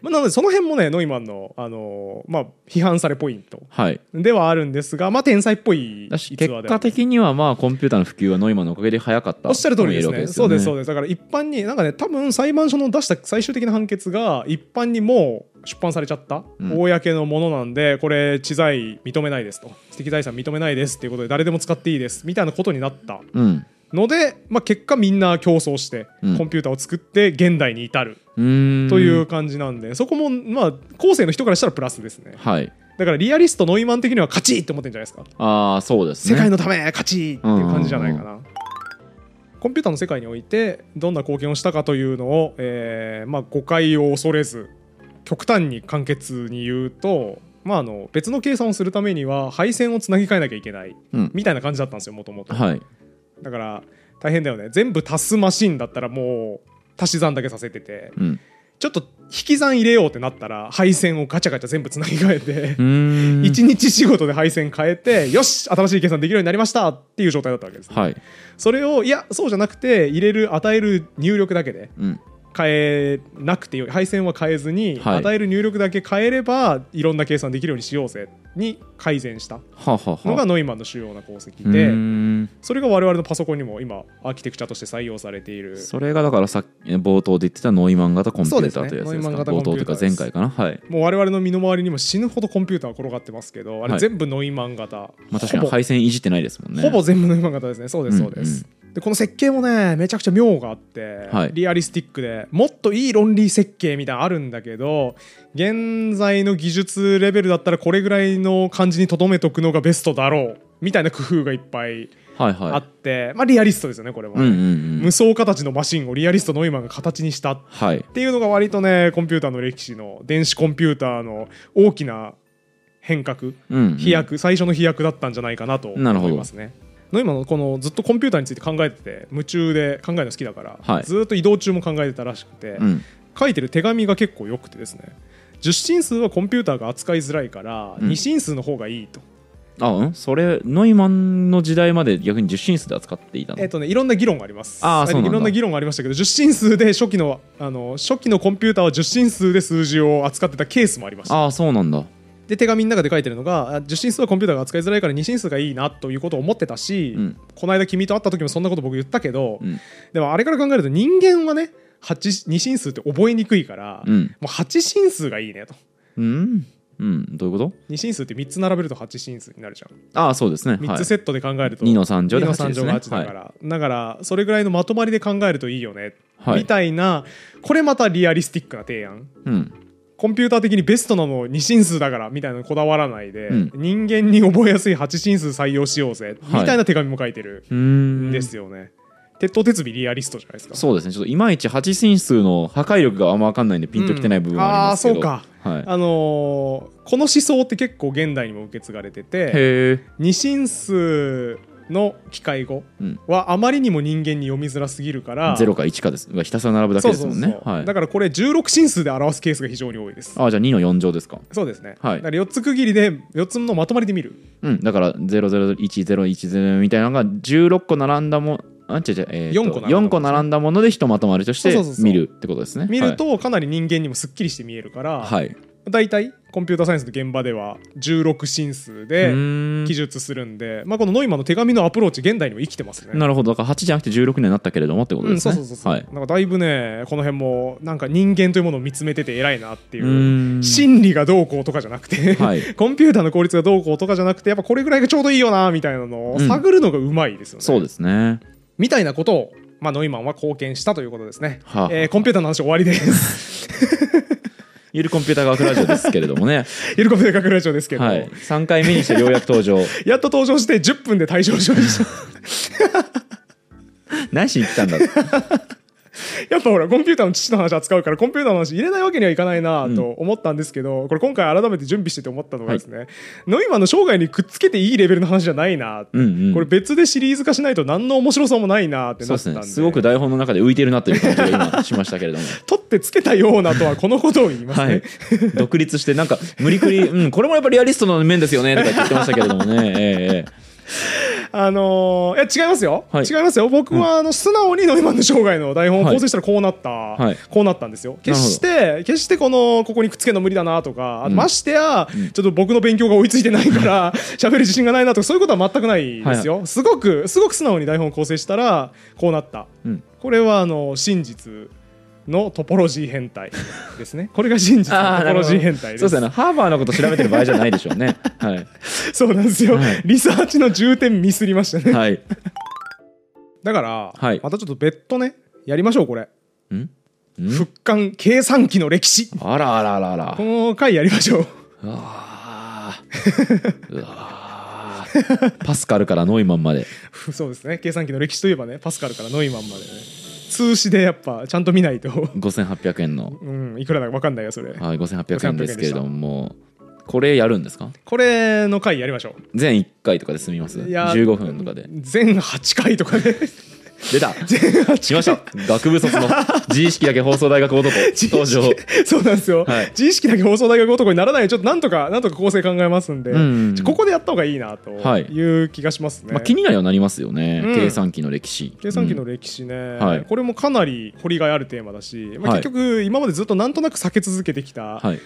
S1: まあ、なのでその辺もねノイマンの、あのーまあ、批判されポイント
S2: はい
S1: ではあるんですが、まあ、天才っぽい
S2: だし
S1: 逸
S2: 結
S1: 話ではあ
S2: 果
S1: る
S2: 的にはまあコンピューターの普及はノイマンのおかげで早かった
S1: おっしゃる通りです
S2: とも言え
S1: ね
S2: るわけ
S1: そうですそう
S2: です
S1: ですだから一般になんかね多分裁判所の出した最終的な判決が一般にもう出版されちゃった、
S2: うん
S1: 公のものなんでこれ知財認めないですと知的財産認めないですっていうことで誰でも使っていいですみたいなことになった
S2: よね
S1: ので、まあ、結果みんな競争して、
S2: うん
S1: コンピューターを作って現代に至る
S2: うんうーん
S1: という感じなんで、そこもまあ後世の人からしたらプラスですね
S2: はい
S1: だからリアリストノイマン的には勝ちって思ってるんじゃないですか、
S2: ああそうです
S1: 世
S2: ね
S1: 界のため勝ちっていう感じじゃないかな、コンピューターの世界においてどんな貢献をしたかというのを、えーまあ、誤解を恐れず極端に簡潔に言うと、まあ、あの別の計算をするためには配線をつなぎ替えなきゃいけない
S2: うん
S1: みたいな感じだったんですよもともと
S2: はい
S1: だから大変だよね全部足すマシンだったらもう足し算だけさせてて
S2: うん
S1: ちょっと引き算入れようってなったら配線をガチャガチャ全部つなぎ替えて
S2: うーん
S1: 一日仕事で配線変えてよし新しい計算できるようになりましたっていう状態だったわけです
S2: はい
S1: それをいやそうじゃなくて入れる与える入力だけで
S2: うん
S1: 変えなくてよい配線は変えずに、
S2: はい
S1: 与える入力だけ変えればいろんな計算できるようにしようぜに改善した
S2: はあはあはあ
S1: のがノイマンの主要な功績
S2: う
S1: で、
S2: ーん
S1: それが我々のパソコンにも今アーキテクチャとして採用されている
S2: それがだからさっき冒頭で言ってたノイマン型コンピューターというやつ
S1: そう
S2: で
S1: ですすねノイ
S2: か
S1: マン型コ
S2: 冒
S1: ンピュ
S2: 頭
S1: ー
S2: とい
S1: ター
S2: うか
S1: です
S2: 前回かなはい
S1: もう我々の身の回りにも死ぬほどコンピューターが転がってますけどあ
S2: は
S1: れ
S2: い
S1: 全部ノイマン型、
S2: まあ
S1: ほ
S2: 確かに
S1: ぼ
S2: 配線いじってないですもんね
S1: ほぼ全部の今型ですねそうですそうです、でこの設計もねめちゃくちゃ妙があって、
S2: はい
S1: リアリスティックでもっといい論理設計みたいなのあるんだけど現在の技術レベルだったらこれぐらいの感じにとどめとくのがベストだろうみたいな工夫がいっぱい
S2: はいはい
S1: あって、まあリアリストですよねこれは、
S2: うんうんうん
S1: 無双形のマシンをリアリストノイマンが形にしたっ
S2: はい
S1: ていうのが割とねコンピューターの歴史の電子コンピューターの大きな変革
S2: うんうん
S1: 飛躍、最初の飛躍だったんじゃないかなと
S2: なるほ
S1: 思
S2: ど
S1: いますね。の今のこのずっとコンピューターについて考えてて夢中で考えるの好きだから、
S2: はい
S1: ずっと移動中も考えてたらしくて、
S2: うん
S1: 書いてる手紙が結構良くてですね10進数はコンピューターが扱いづらいから
S2: うん
S1: 2進数の方がいいと,、
S2: あうんそれノイマンの時代まで逆に10進数で扱っていたの
S1: えっとね、いろんな議論があります
S2: あーそうなんだ
S1: いろんな議論がありましたけど10進数で初期のあの初期のコンピューターは10進数で数字を扱ってたケースもありました
S2: ああそうなんだ
S1: で手紙の中で書いてるのがあ10進数はコンピューターが扱いづらいから2進数がいいなということを思ってたし、
S2: うん
S1: この間君と会った時もそんなこと僕言ったけど、
S2: うん
S1: でもあれから考えると人間はね8 2進数って覚えにくいから、
S2: う
S1: も
S2: ん
S1: う8進数がいいねと
S2: うん、うん、どういうこと
S1: 2進数って3つ並べると8進数になるじゃん
S2: ああそうですね
S1: 3
S2: はい
S1: つセットで考えると、
S2: 2の3乗
S1: 2
S2: で
S1: の
S2: 8
S1: 3
S2: です
S1: 乗
S2: ね
S1: が8だから、だからそれぐらいのまとまりで考えるといいよね、
S2: はい、はい
S1: みたいなこれまたリアリスティックな提案
S2: うん、
S1: コンピューター的にベストなの2進数だからみたいなのにこだわらないで、
S2: うん
S1: 人間に覚えやすい8進数採用しようぜ、
S2: はい
S1: みたいな手紙も書いてる
S2: うんん
S1: ですよね。鉄頭鉄尾リアリストじゃないですか。
S2: そうですねちょっといまいち8進数の破壊力があんま分かんないんでピンときてない部分はありますけど、
S1: うんあーそう
S2: か、はい、
S1: あのーこの思想って結構現代にも受け継がれてて
S2: へえ
S1: 2進数の機械語
S2: うん
S1: はあまりにも人間に読みづらすぎるから、
S2: 0か1かですひたすら並ぶだけ
S1: そう
S2: です
S1: そ
S2: も
S1: うんそう、
S2: ねはい
S1: だからこれ16進数で表すケースが非常に多いです。
S2: ああじゃあ2の4乗ですか
S1: そうですね、
S2: はい
S1: だから4つ区切りで4つのまとまりで見る
S2: うんだから001010みたいなのが16個並んだもあ違う違う、えーと
S1: 四個並んだもの
S2: 四個並んだものでひとまとまりとして
S1: そうそうそうそう
S2: 見るってことですね
S1: 見るとかなり人間にもすっきりして見えるから、
S2: はい、はい、
S1: 大体コンピューターサイエンスの現場では16進数
S2: う
S1: で
S2: ーん
S1: 記述するんで、まあ、このノイマンの手紙のアプローチ現代にも生きてますね。
S2: なるほどだから8じゃなくて16年になったけれどもってこと
S1: う
S2: で
S1: ん、
S2: す
S1: そ
S2: ね、
S1: うそうそうそう、
S2: はい
S1: なんかだいぶねこの辺もなんか人間というものを見つめてて偉いなっていう
S2: うーん
S1: 心理がどうこうとかじゃなくて、
S2: はい
S1: *laughs* コンピューターの効率がどうこうとかじゃなくてやっぱこれぐらいがちょうどいいよなみたいなのを
S2: うん
S1: 探るのがうまいですよね。
S2: そうですね
S1: みたいなことを、まあ、ノイマンは貢献したということですね。
S2: はあ
S1: えーコンピューターの話終わり
S2: *laughs*
S1: です。
S2: ゆるコンピューター学ラジオですけれどもね
S1: ゆるコンピューター学ラジオですけど、
S2: はい3回目にしてようやく登 *laughs* 場
S1: やっと登場して10分で退場しました。
S2: 何しに来たんだろう
S1: *laughs* やっぱほらコンピューターの父の話扱うからコンピューターの話入れないわけにはいかないなと思ったんですけど、これ今回改めて準備してて思ったのがですね、ノイマンの生涯にくっつけていいレベルの話じゃないな、
S2: うんうん
S1: これ別でシリーズ化しないと何の面白さもないなって
S2: そ
S1: な
S2: う
S1: った
S2: です
S1: んで
S2: ねすごく台本の中で浮いてるなという感じが今しましたけれども
S1: 取ってつけたようなとはこのことを言いますね、
S2: *laughs* はい独立してなんか無理くり、うん、これもやっぱリアリストの面ですよねとか言ってましたけれども *laughs* ねええええ
S1: あのーいや違いますよ、
S2: はい
S1: 違いますよ僕はあの素直にノイマンの生涯の台本を構成したらこうなった、
S2: い
S1: こうなったんですよ決して決してこのここにくっつけるの無理だなとか、あと
S2: うん
S1: ましてや、ちょっと僕の勉強が追いついてないから
S2: *laughs*
S1: 喋る自信がないなとかそういうことは全くないですよ、すごくすごく素直に台本を構成したらこうなった
S2: うん
S1: これはあの真実のトポロジー変態ですねこれが真実の
S2: あ
S1: ト
S2: ー
S1: ポ
S2: なる
S1: ロ
S2: ほど
S1: ジー変態です
S2: そうですねハーバーのこと調べてる場合じゃないでしょう *laughs* ねはい、
S1: そうなんですよ、
S2: はい
S1: リサーチの重点ミスりましたね
S2: はい、
S1: だから、
S2: はい
S1: またちょっと別途ねやりましょうこれ
S2: んん
S1: 復刊計算機の歴史
S2: あらあらあらあら
S1: この回やりましょう *laughs*
S2: あーうわーパスカルからノイマンまで
S1: そうですね計算機の歴史といえばねパスカルからノイマンまでね通詞でやっぱちゃんと見ないと *laughs*
S2: 5800円の、
S1: うんいくらだか分かんないよそれ
S2: はい、5800円ですけれどもこれやるんですか
S1: これの回やりましょ
S2: 全1回とかで済みます
S1: いや
S2: 15分とか
S1: う
S2: で
S1: 全8回と
S2: *laughs*
S1: かね
S2: 出た
S1: 全8回
S2: 来ました学部卒の自意識だけ放送大学男
S1: *laughs*
S2: 登場
S1: そうなんですよ、
S2: はい
S1: 自意識だけ放送大学男にならないようにちょっとなんとかなんとか構成考えますんで、
S2: うんうんうん
S1: ここでやった方がいいなと
S2: はい
S1: いう気がしますね、
S2: まあ、気になりはなりますよね、
S1: うん
S2: 計算機の歴史
S1: 計算機の
S2: うん
S1: 歴史ね、
S2: はい
S1: これもかなり掘りがいあるテーマだし、まあ、
S2: はい
S1: 結局今までずっとなんとなく避け続けてきた
S2: はい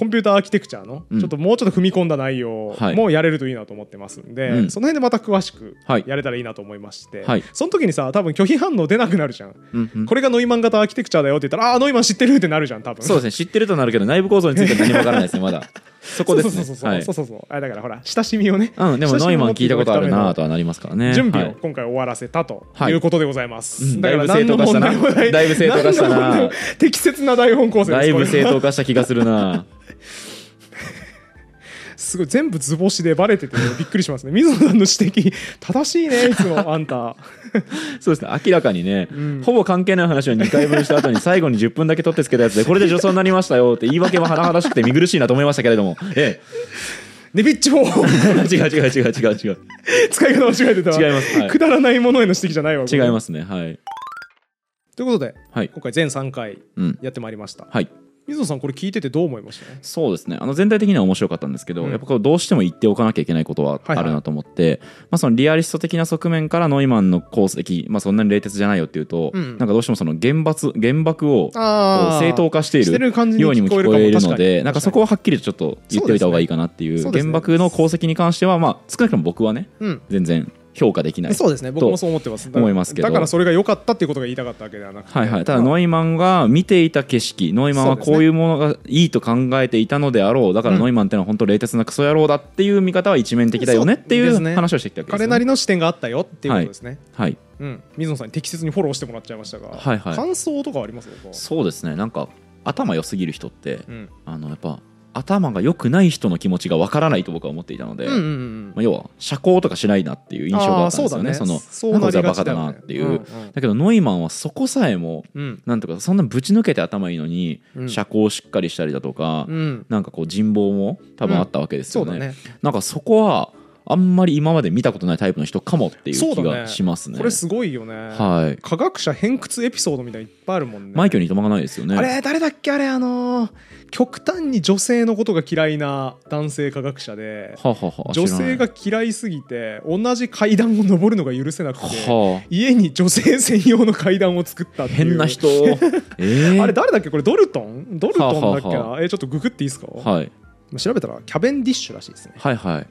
S1: コンピューターアーキテクチャの
S2: うん
S1: ちょっともうちょっと踏み込んだ内容
S2: はい
S1: もやれるといいなと思ってますんで、
S2: うん
S1: その辺でまた詳しく
S2: はい
S1: やれたらいいなと思いまして、
S2: はい
S1: その時にさ多分拒否反応出なくなるじゃん、
S2: うんうん
S1: これがノイマン型アーキテクチャだよって言ったらああノイマン知ってるってなるじゃん多分
S2: そうですね知ってるとなるけど内部構造については何もわからないですねまだそこです
S1: *laughs* そ
S2: ね
S1: うそうそうそう、
S2: はい
S1: そうそうそうあだからほら親しみをね、
S2: うん、でも
S1: 親しみを
S2: ノイマ
S1: 持
S2: ン
S1: って
S2: 聞いたことあるな
S1: ための
S2: とはなりますからね
S1: 準備
S2: は
S1: を
S2: い
S1: 今回終わらせたと
S2: はい
S1: いうことでございます、
S2: うん
S1: だから
S2: だい
S1: 何
S2: ぶ
S1: の問
S2: 正当化したな
S1: 題もない
S2: だいぶ正当化したな
S1: 何の問題も適切な台本構成です
S2: だいぶ
S1: これ
S2: 正
S1: は
S2: 当化した気がする
S1: *laughs*
S2: な
S1: すごい全部図星でバレててびっくりしますね水野さんの指摘正しいねいつ
S2: *laughs*
S1: もあんた
S2: そうですね明らかにね、
S1: ん
S2: ほぼ関係ない話を2回分した後に最後に10分だけ取ってつけたやつでこれで女装になりましたよって言い訳も甚だしくて見苦しいなと思いましたけれどもえ
S1: ネビッチ法 *laughs*
S2: え *laughs* 違う違う違う違う違う
S1: 使い方間違えてたわ
S2: 違いますはい
S1: くだらないものへの指摘じゃないわ
S2: 違いますすねはい
S1: ということで
S2: はい
S1: 今回全3回
S2: うん
S1: やってまいりました
S2: はい
S1: 水野さんこれ聞いててどう思いました
S2: そうですねあの全体的には面白かったんですけど、
S1: うん
S2: やっぱこうどうしても言っておかなきゃいけないことは
S1: はいは
S2: あ
S1: い
S2: るなと思って、まあ、そのリアリスト的な側面からノイマンの功績、まあ、そんなに冷徹じゃないよっていうと、
S1: うん
S2: なんかどうしてもその原発原爆をこ
S1: あ
S2: う正当化してい
S1: して
S2: る
S1: る感じに
S2: ようにも
S1: 聞こ
S2: 聞
S1: える
S2: こ
S1: かも
S2: える
S1: 確
S2: の
S1: かに
S2: でなんかそこははっきりとちょっと言っておいた方がいいかなっていう
S1: そうですね
S2: 原爆の功績に関してはまあ少なくとも僕はね
S1: うん
S2: 全然評価できない
S1: そうですね僕もそう思ってます
S2: 思いますけど
S1: だからそれが良かったっていうことが言いたかったわけではなくて
S2: はいはい、ただ
S1: まあ
S2: ノイマンが見ていた景色ノイマンはこういうものがいいと考えていたのであろうだからノイマンってのは本当冷徹なクソ野郎だっていう見方は一面的だよねってい
S1: そう
S2: う
S1: ですね
S2: 話をしてきたわけです
S1: 彼
S2: よ
S1: な
S2: ね、
S1: りの視点があったよっていうことですね、
S2: はい、
S1: うん、水野さんに適切にフォローしてもらっちゃいましたが、
S2: はいはい
S1: 感想とかはありますか、
S2: そうですねなんか頭良すぎる人って
S1: うん、
S2: あのやっぱ頭が良くない人の気持ちがわからないと僕は思っていたので、
S1: うんうんうん
S2: まあ、要は社交とかしないなっていう印象があったんですよね
S1: あー
S2: そ
S1: そうだね
S2: の
S1: そう
S2: なんか
S1: な
S2: こい
S1: り
S2: つは
S1: が
S2: バ
S1: ち
S2: カ
S1: だ
S2: だ
S1: よね
S2: なっていう、
S1: うんうん
S2: だけどノイマンはそこさえも
S1: うん
S2: なんとかそんなぶち抜けて頭いいのに、
S1: うん
S2: 社交をしっかりしたりだとか、
S1: うん
S2: なんかこう人望も多分あったわけです
S1: そ
S2: よ
S1: う
S2: ね,、
S1: だね
S2: なんかそこはあんまり今まで見たことないタイプの人かもっていう
S1: そ
S2: 気
S1: うだ
S2: が
S1: ね
S2: しますね
S1: これすごいよね、
S2: はい
S1: 科学者偏屈エピソードみたいないっぱいあるもんね
S2: マイケルに止まらないですよね
S1: あれ誰だっけあれあのー極端に女性のことが嫌いな男性科学者で
S2: はあはあはあ
S1: 女性が
S2: 知
S1: 嫌いすぎて同じ階段を上るのが許せなく
S2: らな
S1: て
S2: いは
S1: 家に女性専用の階段を作ったっ
S2: あ
S1: *laughs* ていう
S2: 変な人えー
S1: あれ誰だっけこれドルトンドルトンだっけな
S2: はあは
S1: えーちょっとググっていいですか、
S2: はい
S1: 調べたらキャベンディッシュらしいですね
S2: はいはい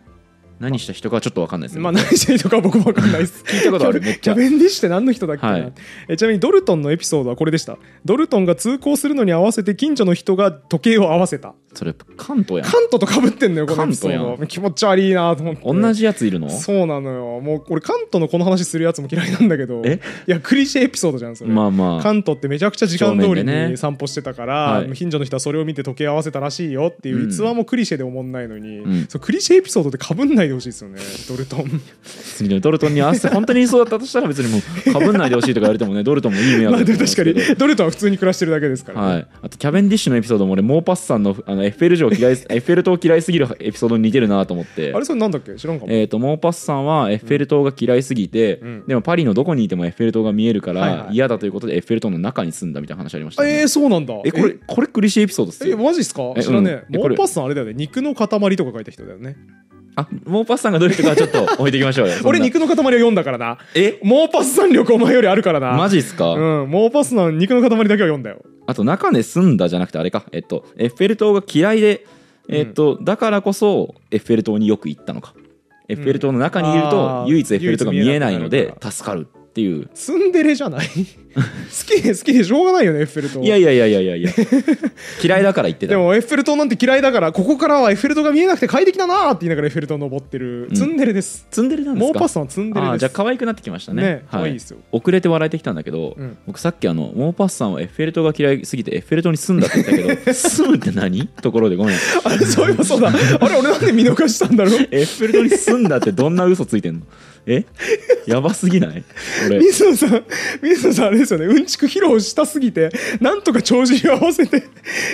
S2: 何した人かちょっとわかんないですね、
S1: まあ何してるのか僕も分かんないです
S2: 聞いたことあるめっちゃ
S1: キャベンディッシュって何の人だっけな、
S2: はい
S1: えちなみにドルトンのエピソードはこれでしたドルトンが通行するのに合わせて近所の人が時計を合わせた
S2: それ関東や
S1: カ
S2: ん
S1: ントと被ってんのよこのエピソ
S2: カン
S1: ード気持ち悪いなと思って
S2: 同じやついるの
S1: そうなのよもう俺カントのこの話するやつも嫌いなんだけど
S2: え
S1: いやクリシェエピソードじゃんそれ、
S2: まあま
S1: カ
S2: あ
S1: ントってめちゃくちゃ時間
S2: 正
S1: 通り
S2: 面でね
S1: に散歩してたから、
S2: はい
S1: 近所の人はそれを見て時計合わせたらしいよっていう逸話もクリシェでおもんないのに、
S2: うん
S1: そうクリシェエピソードってかぶんないでほしいですよねドルトン
S2: 別にドルトンに合わせて本当にそうだったとしたら別にもうかぶんないでほしいとか言われてもねドルトンもいい迷
S1: ま
S2: 惑
S1: あ
S2: だ
S1: で
S2: と思う
S1: も
S2: んで
S1: 確
S2: す
S1: か
S2: けど
S1: にドルトンは普通に暮らしてるだけですからね、
S2: はい、あとキャベンディッシュのエピソードも俺モーパスさんのあのエッフェル城嫌いエ
S1: *laughs*
S2: ッフェル塔嫌いすぎるエピソードに似てるなと思って
S1: あれそれなんだっけ知らんかも、
S2: えー、とモーパスさんはエッフェル塔が嫌いすぎて、
S1: うん
S2: でもパリのどこにいてもエッフェル塔が見えるか
S1: はいは
S2: ら
S1: い
S2: 嫌だということでエッフェル塔の中に住んだみたいな話ありましたよね、
S1: えー、そうなんだ
S2: えこれこれクリシーエピソードっす
S1: ええ
S2: よ
S1: マジっすか
S2: え
S1: 知らね
S2: うん
S1: え、
S2: えこ
S1: モ
S2: れ
S1: ーパスさんあれだよね肉の塊とか書いた人だよね
S2: あモーパスさんがどういう人かはちょっと置いていきましょうよそんな
S1: 俺肉の塊を読んだからな
S2: え
S1: モーパスさん力お前よりあるからな
S2: マジっすか、
S1: うんモーパスさん肉の塊だけは読んだよ
S2: あと中根住んだじゃなくてあれかえっとエッフェル塔が嫌いでえっと、だからこそエッフェル塔によく行ったのかエッフェル塔の中にいる
S1: うん
S2: と
S1: あー
S2: 唯一エッフェル塔が見えないの
S1: 唯一見えな
S2: で
S1: くなる
S2: 助かるっていう
S1: ツンデレじゃ
S2: *laughs*
S1: ない好きで好きでしょうがないよねエッフェル塔
S2: いやいやいやいやいや
S1: *laughs*
S2: いや嫌いだから言って
S1: で
S2: た
S1: もエッフェル塔なんて嫌いだからここからはエッフェル塔が見えなくて快適だなーって言いながらエッフェル塔登ってる
S2: ん
S1: ツンデレです、
S2: ツンデレなんです
S1: モ
S2: か
S1: ーパスさんはツンデレ
S2: あ
S1: で
S2: ー
S1: す
S2: じゃあ可愛くなってきましたね
S1: ね可
S2: は
S1: 愛い
S2: い
S1: ですよ *laughs*
S2: 遅れて笑えてきたんだけど、
S1: うん
S2: 僕さっきあのモーパスさんはエッフェル塔が嫌いすぎてエッフェル塔に住んだって言った
S1: *laughs*
S2: けど住むって何ところでごめんエ
S1: あれそういえば
S2: *laughs*
S1: そうだあれ俺なんで見逃したんだろう
S2: ッフェル塔に住んだってどんな嘘ついてんのえやばすぎない俺
S1: 水野さん水野さんあれですよねうんちく披露したすぎてなんとか帳尻を合わせて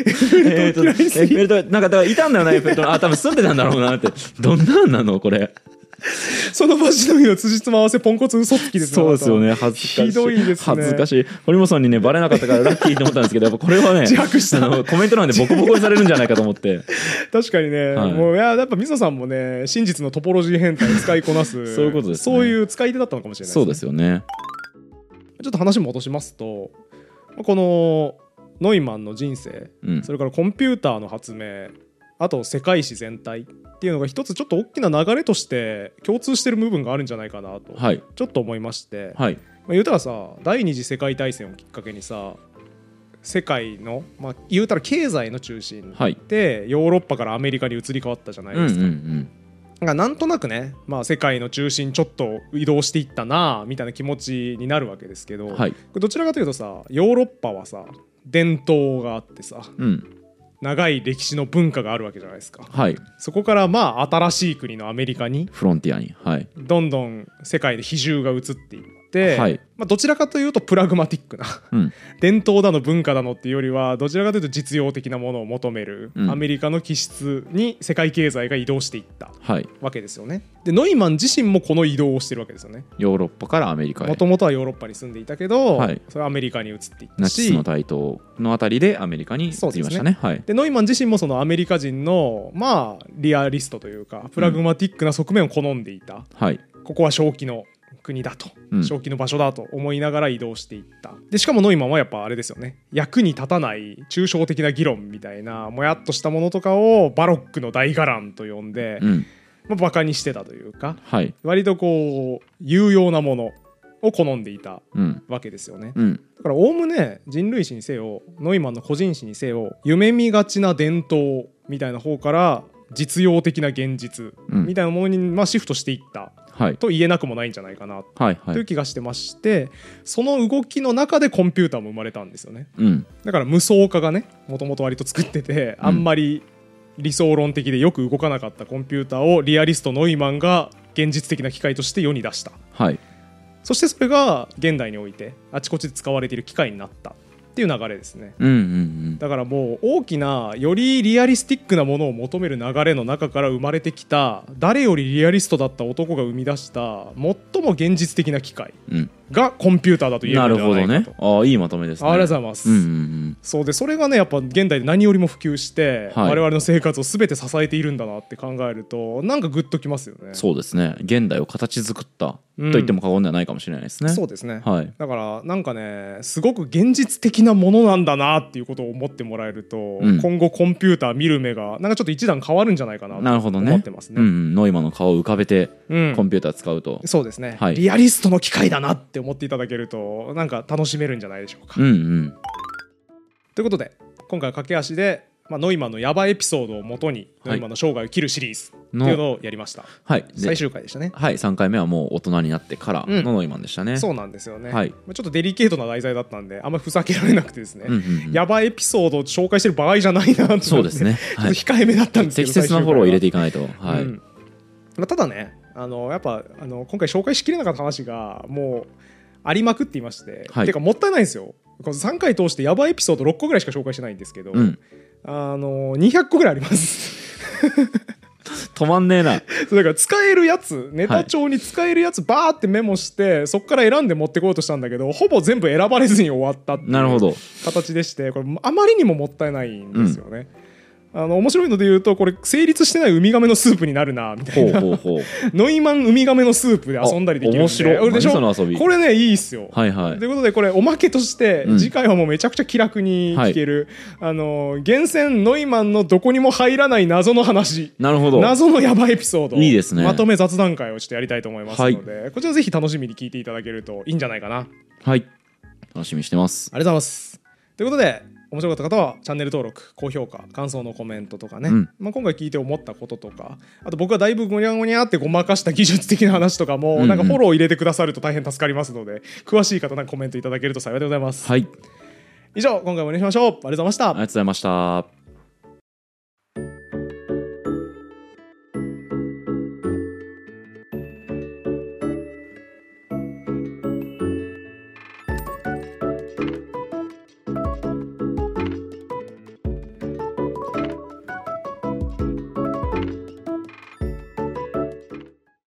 S1: エッフ
S2: え
S1: ェ
S2: ー
S1: ル
S2: と
S1: 塔嫌
S2: エッ
S1: い
S2: フ
S1: すぎ
S2: ェ
S1: て
S2: ル塔なんかだからいたんだよなエッフェル塔あ多分住んでたんだろうなってどんなんなのこれ
S1: その場しのぎの辻褄合わせポンコツ嘘つきです
S2: そうですよね恥ずかしい
S1: ひどいですね
S2: 恥ずかしい堀本さんにねバレなかったからラッキーと思ったんですけどやっぱこれはね
S1: 自白した
S2: あのコメント欄でボコボコにされるんじゃないかと思って
S1: 確かにね、
S2: はい
S1: もういややっぱ水野さんもね真実のトポロジー変態を使いこなす
S2: *laughs* そういうことですね
S1: そういう使い手だったのかもしれない
S2: そうですよね
S1: ちょっと話戻しますとこのノイマンの人生
S2: うん
S1: それからコンピューターの発明あと世界史全体っていうのが一つちょっと大きな流れとして共通してる部分があるんじゃないかなと
S2: はい
S1: ちょっと思いまして、まあ、
S2: はい
S1: 言うたらさ第二次世界大戦をきっかけにさ世界の、まあ、言うたら経済の中心
S2: はい
S1: でヨーロッパからアメリカに移り変わったじゃない
S2: うんう
S1: で
S2: んう
S1: すか。
S2: ん
S1: なんかなんとなくね、まあ、世界の中心ちょっと移動していったなあみたいな気持ちになるわけですけど、
S2: はい
S1: これどちらかというとさヨーロッパはさ伝統があってさ
S2: うん
S1: 長い歴史の文化があるわけじゃないですか
S2: はい
S1: そこからまあ新しい国のアメリカに
S2: フロンティアにはい
S1: どんどん世界で比重が移っていって、
S2: はい
S1: まあ、どちらかというとプラグマティックな *laughs*
S2: うん
S1: 伝統だの文化だのっていうよりはどちらかというと実用的なものを求める
S2: うん
S1: アメリカの気質に世界経済が移動していった。
S2: はい、
S1: わけですよねでノイマン自身もこの移動をしてるわけですよね
S2: ヨーロッパからアメリカへ
S1: もともとはヨーロッパに住んでいたけど、
S2: はい
S1: それはアメリカに移っていった
S2: ナチス
S1: し
S2: の台頭のあたりでアメリカに移りましたねはい、
S1: でノイマン自身もそのアメリカ人のまあリアリストというかプラグマティックな側面を好んでいた、
S2: はい、
S1: ここは正気の国だと、
S2: うん
S1: 正気の場所だと思いながら移動していったでしかもノイマンはやっぱあれですよね役に立たない抽象的な議論みたいなもやっとしたものとかをバロックの大伽藍と呼んで、
S2: うん
S1: まあ、バカにしてたというか
S2: はい
S1: 割とこう有用なものを好んでいた
S2: うん
S1: わけですよね
S2: うん
S1: だからおおむね人類史にせよノイマンの個人史にせよ夢見がちな伝統みたいな方から実用的な現実
S2: うん
S1: みたいなものにまあシフトしていった
S2: はい
S1: と言えなくもないんじゃないかな
S2: はいは
S1: という
S2: い
S1: 気がしてまして、その動きの中でコンピューターも生まれたんですよね
S2: うん
S1: だから無双化がねもともと割と作ってて
S2: うん
S1: あんまり理想論的でよく動かなかったコンピューターをリアリストノイマンが現実的な機械として世に出した
S2: はい
S1: そしてそれが現代においてあちこちで使われている機械になったっていう流れですね
S2: うんうん
S1: だからもう大きなよりリアリスティックなものを求める流れの中から生まれてきた誰よりリアリストだった男が生み出した最も現実的な機械
S2: うんうん
S1: がコンピューターだと言え
S2: な
S1: るんで
S2: る
S1: は
S2: ほ
S1: な
S2: ど
S1: いか
S2: ね
S1: と、
S2: ああいいまとめですね
S1: ありがとうございます、
S2: うんうん
S1: そうでそれがねやっぱ現代で何よりも普及して、
S2: はい
S1: 我々の生活を全て支えているんだなって考えるとなんかグッときますよね
S2: うんそうですね現代を形作ったと
S1: うん
S2: 言っても過言ではないかもしれないですね、
S1: そうですね、
S2: はい
S1: だからなんかねすごく現実的なものなんだなっていうことを思ってもらえると、
S2: うん
S1: 今後コンピューター見る目がなんかちょっと一段変わるんじゃないかな
S2: なる
S1: と
S2: ほどね
S1: 思ってますね。
S2: うんうん、ノイマンの顔を浮かべて
S1: うん
S2: コンピューター使うと、
S1: そうですね、
S2: はい
S1: リアリストの機会だなって思っていただけるとなんか楽しめるんじゃないでしょうか。
S2: うんうん
S1: ということで今回は駆け足で、まあ、ノイマンのヤバエピソードをもとに、
S2: はい
S1: ノイマンの生涯を切るシリーズって
S2: の
S1: いうのをやりました
S2: はいで
S1: 最終回でしたね。
S2: はい3回目はもう大人になってから
S1: うん
S2: のノイマンでしたね、
S1: そうなんですよね、
S2: はい
S1: まあちょっとデリケートな題材だったんであんまりふざけられなくてですね、
S2: うんうんうん
S1: ヤバエピソードを紹介してる場合じゃないなってなって
S2: そ
S1: *laughs*
S2: うですね
S1: ちょっ
S2: は
S1: と
S2: い
S1: 控えめだったんですけど
S2: 適切なフォローを入れて
S1: い
S2: いかないと、はい
S1: まあ、ただねあのやっぱあの今回紹介しきれなかった話がもうありまくっていまして、
S2: はい
S1: てかもったいないんですよこの3回通してやばいエピソード6個ぐらいしか紹介してないんですけど、
S2: うん、
S1: あの200個ぐらいあります
S2: 止まんね
S1: *laughs*
S2: えな
S1: そうだから使えるやつネタ帳に使えるやつバーってメモして、そこから選んで持ってこようとしたんだけどほぼ全部選ばれずに終わったっていう
S2: なるほど
S1: 形でしてこれあまりにももったいないんですよね、あの面白いので言うとこれ成立してないウミガメのスープになるなみたい
S2: ほう
S1: な
S2: ほうほう
S1: ノイマンウミガメのスープで遊んだりできるんで
S2: あ面白い
S1: でしょ
S2: 何その遊び
S1: これねいいっすよ、
S2: はいはい
S1: ということでこれおまけとして
S2: うん
S1: 次回はもうめちゃくちゃ気楽に聞ける、あの厳選ノイマンのどこにも入らない謎の話
S2: なるほど
S1: 謎のヤバエピソード
S2: いいですね
S1: まとめ雑談会をちょっとやりたいと思いますので、こちらぜひ楽しみに聞いていただけるといいんじゃないかな
S2: はい楽しみにしてます
S1: ありがとうございます。ということで、面白かった方はチャンネル登録、高評価、感想のコメントとかね、
S2: うん
S1: まあ、今回聞いて思ったこととか、あと僕はだいぶごにゃごにゃってごまかした技術的な話とかも、
S2: んうん
S1: なんかフォロー入れてくださると大変助かりますので、詳しい方なんかコメントいただけると幸いでございます。
S2: はいありがとう
S1: 以上、今回もお願いしましょう。ありがとうございました。
S2: ございました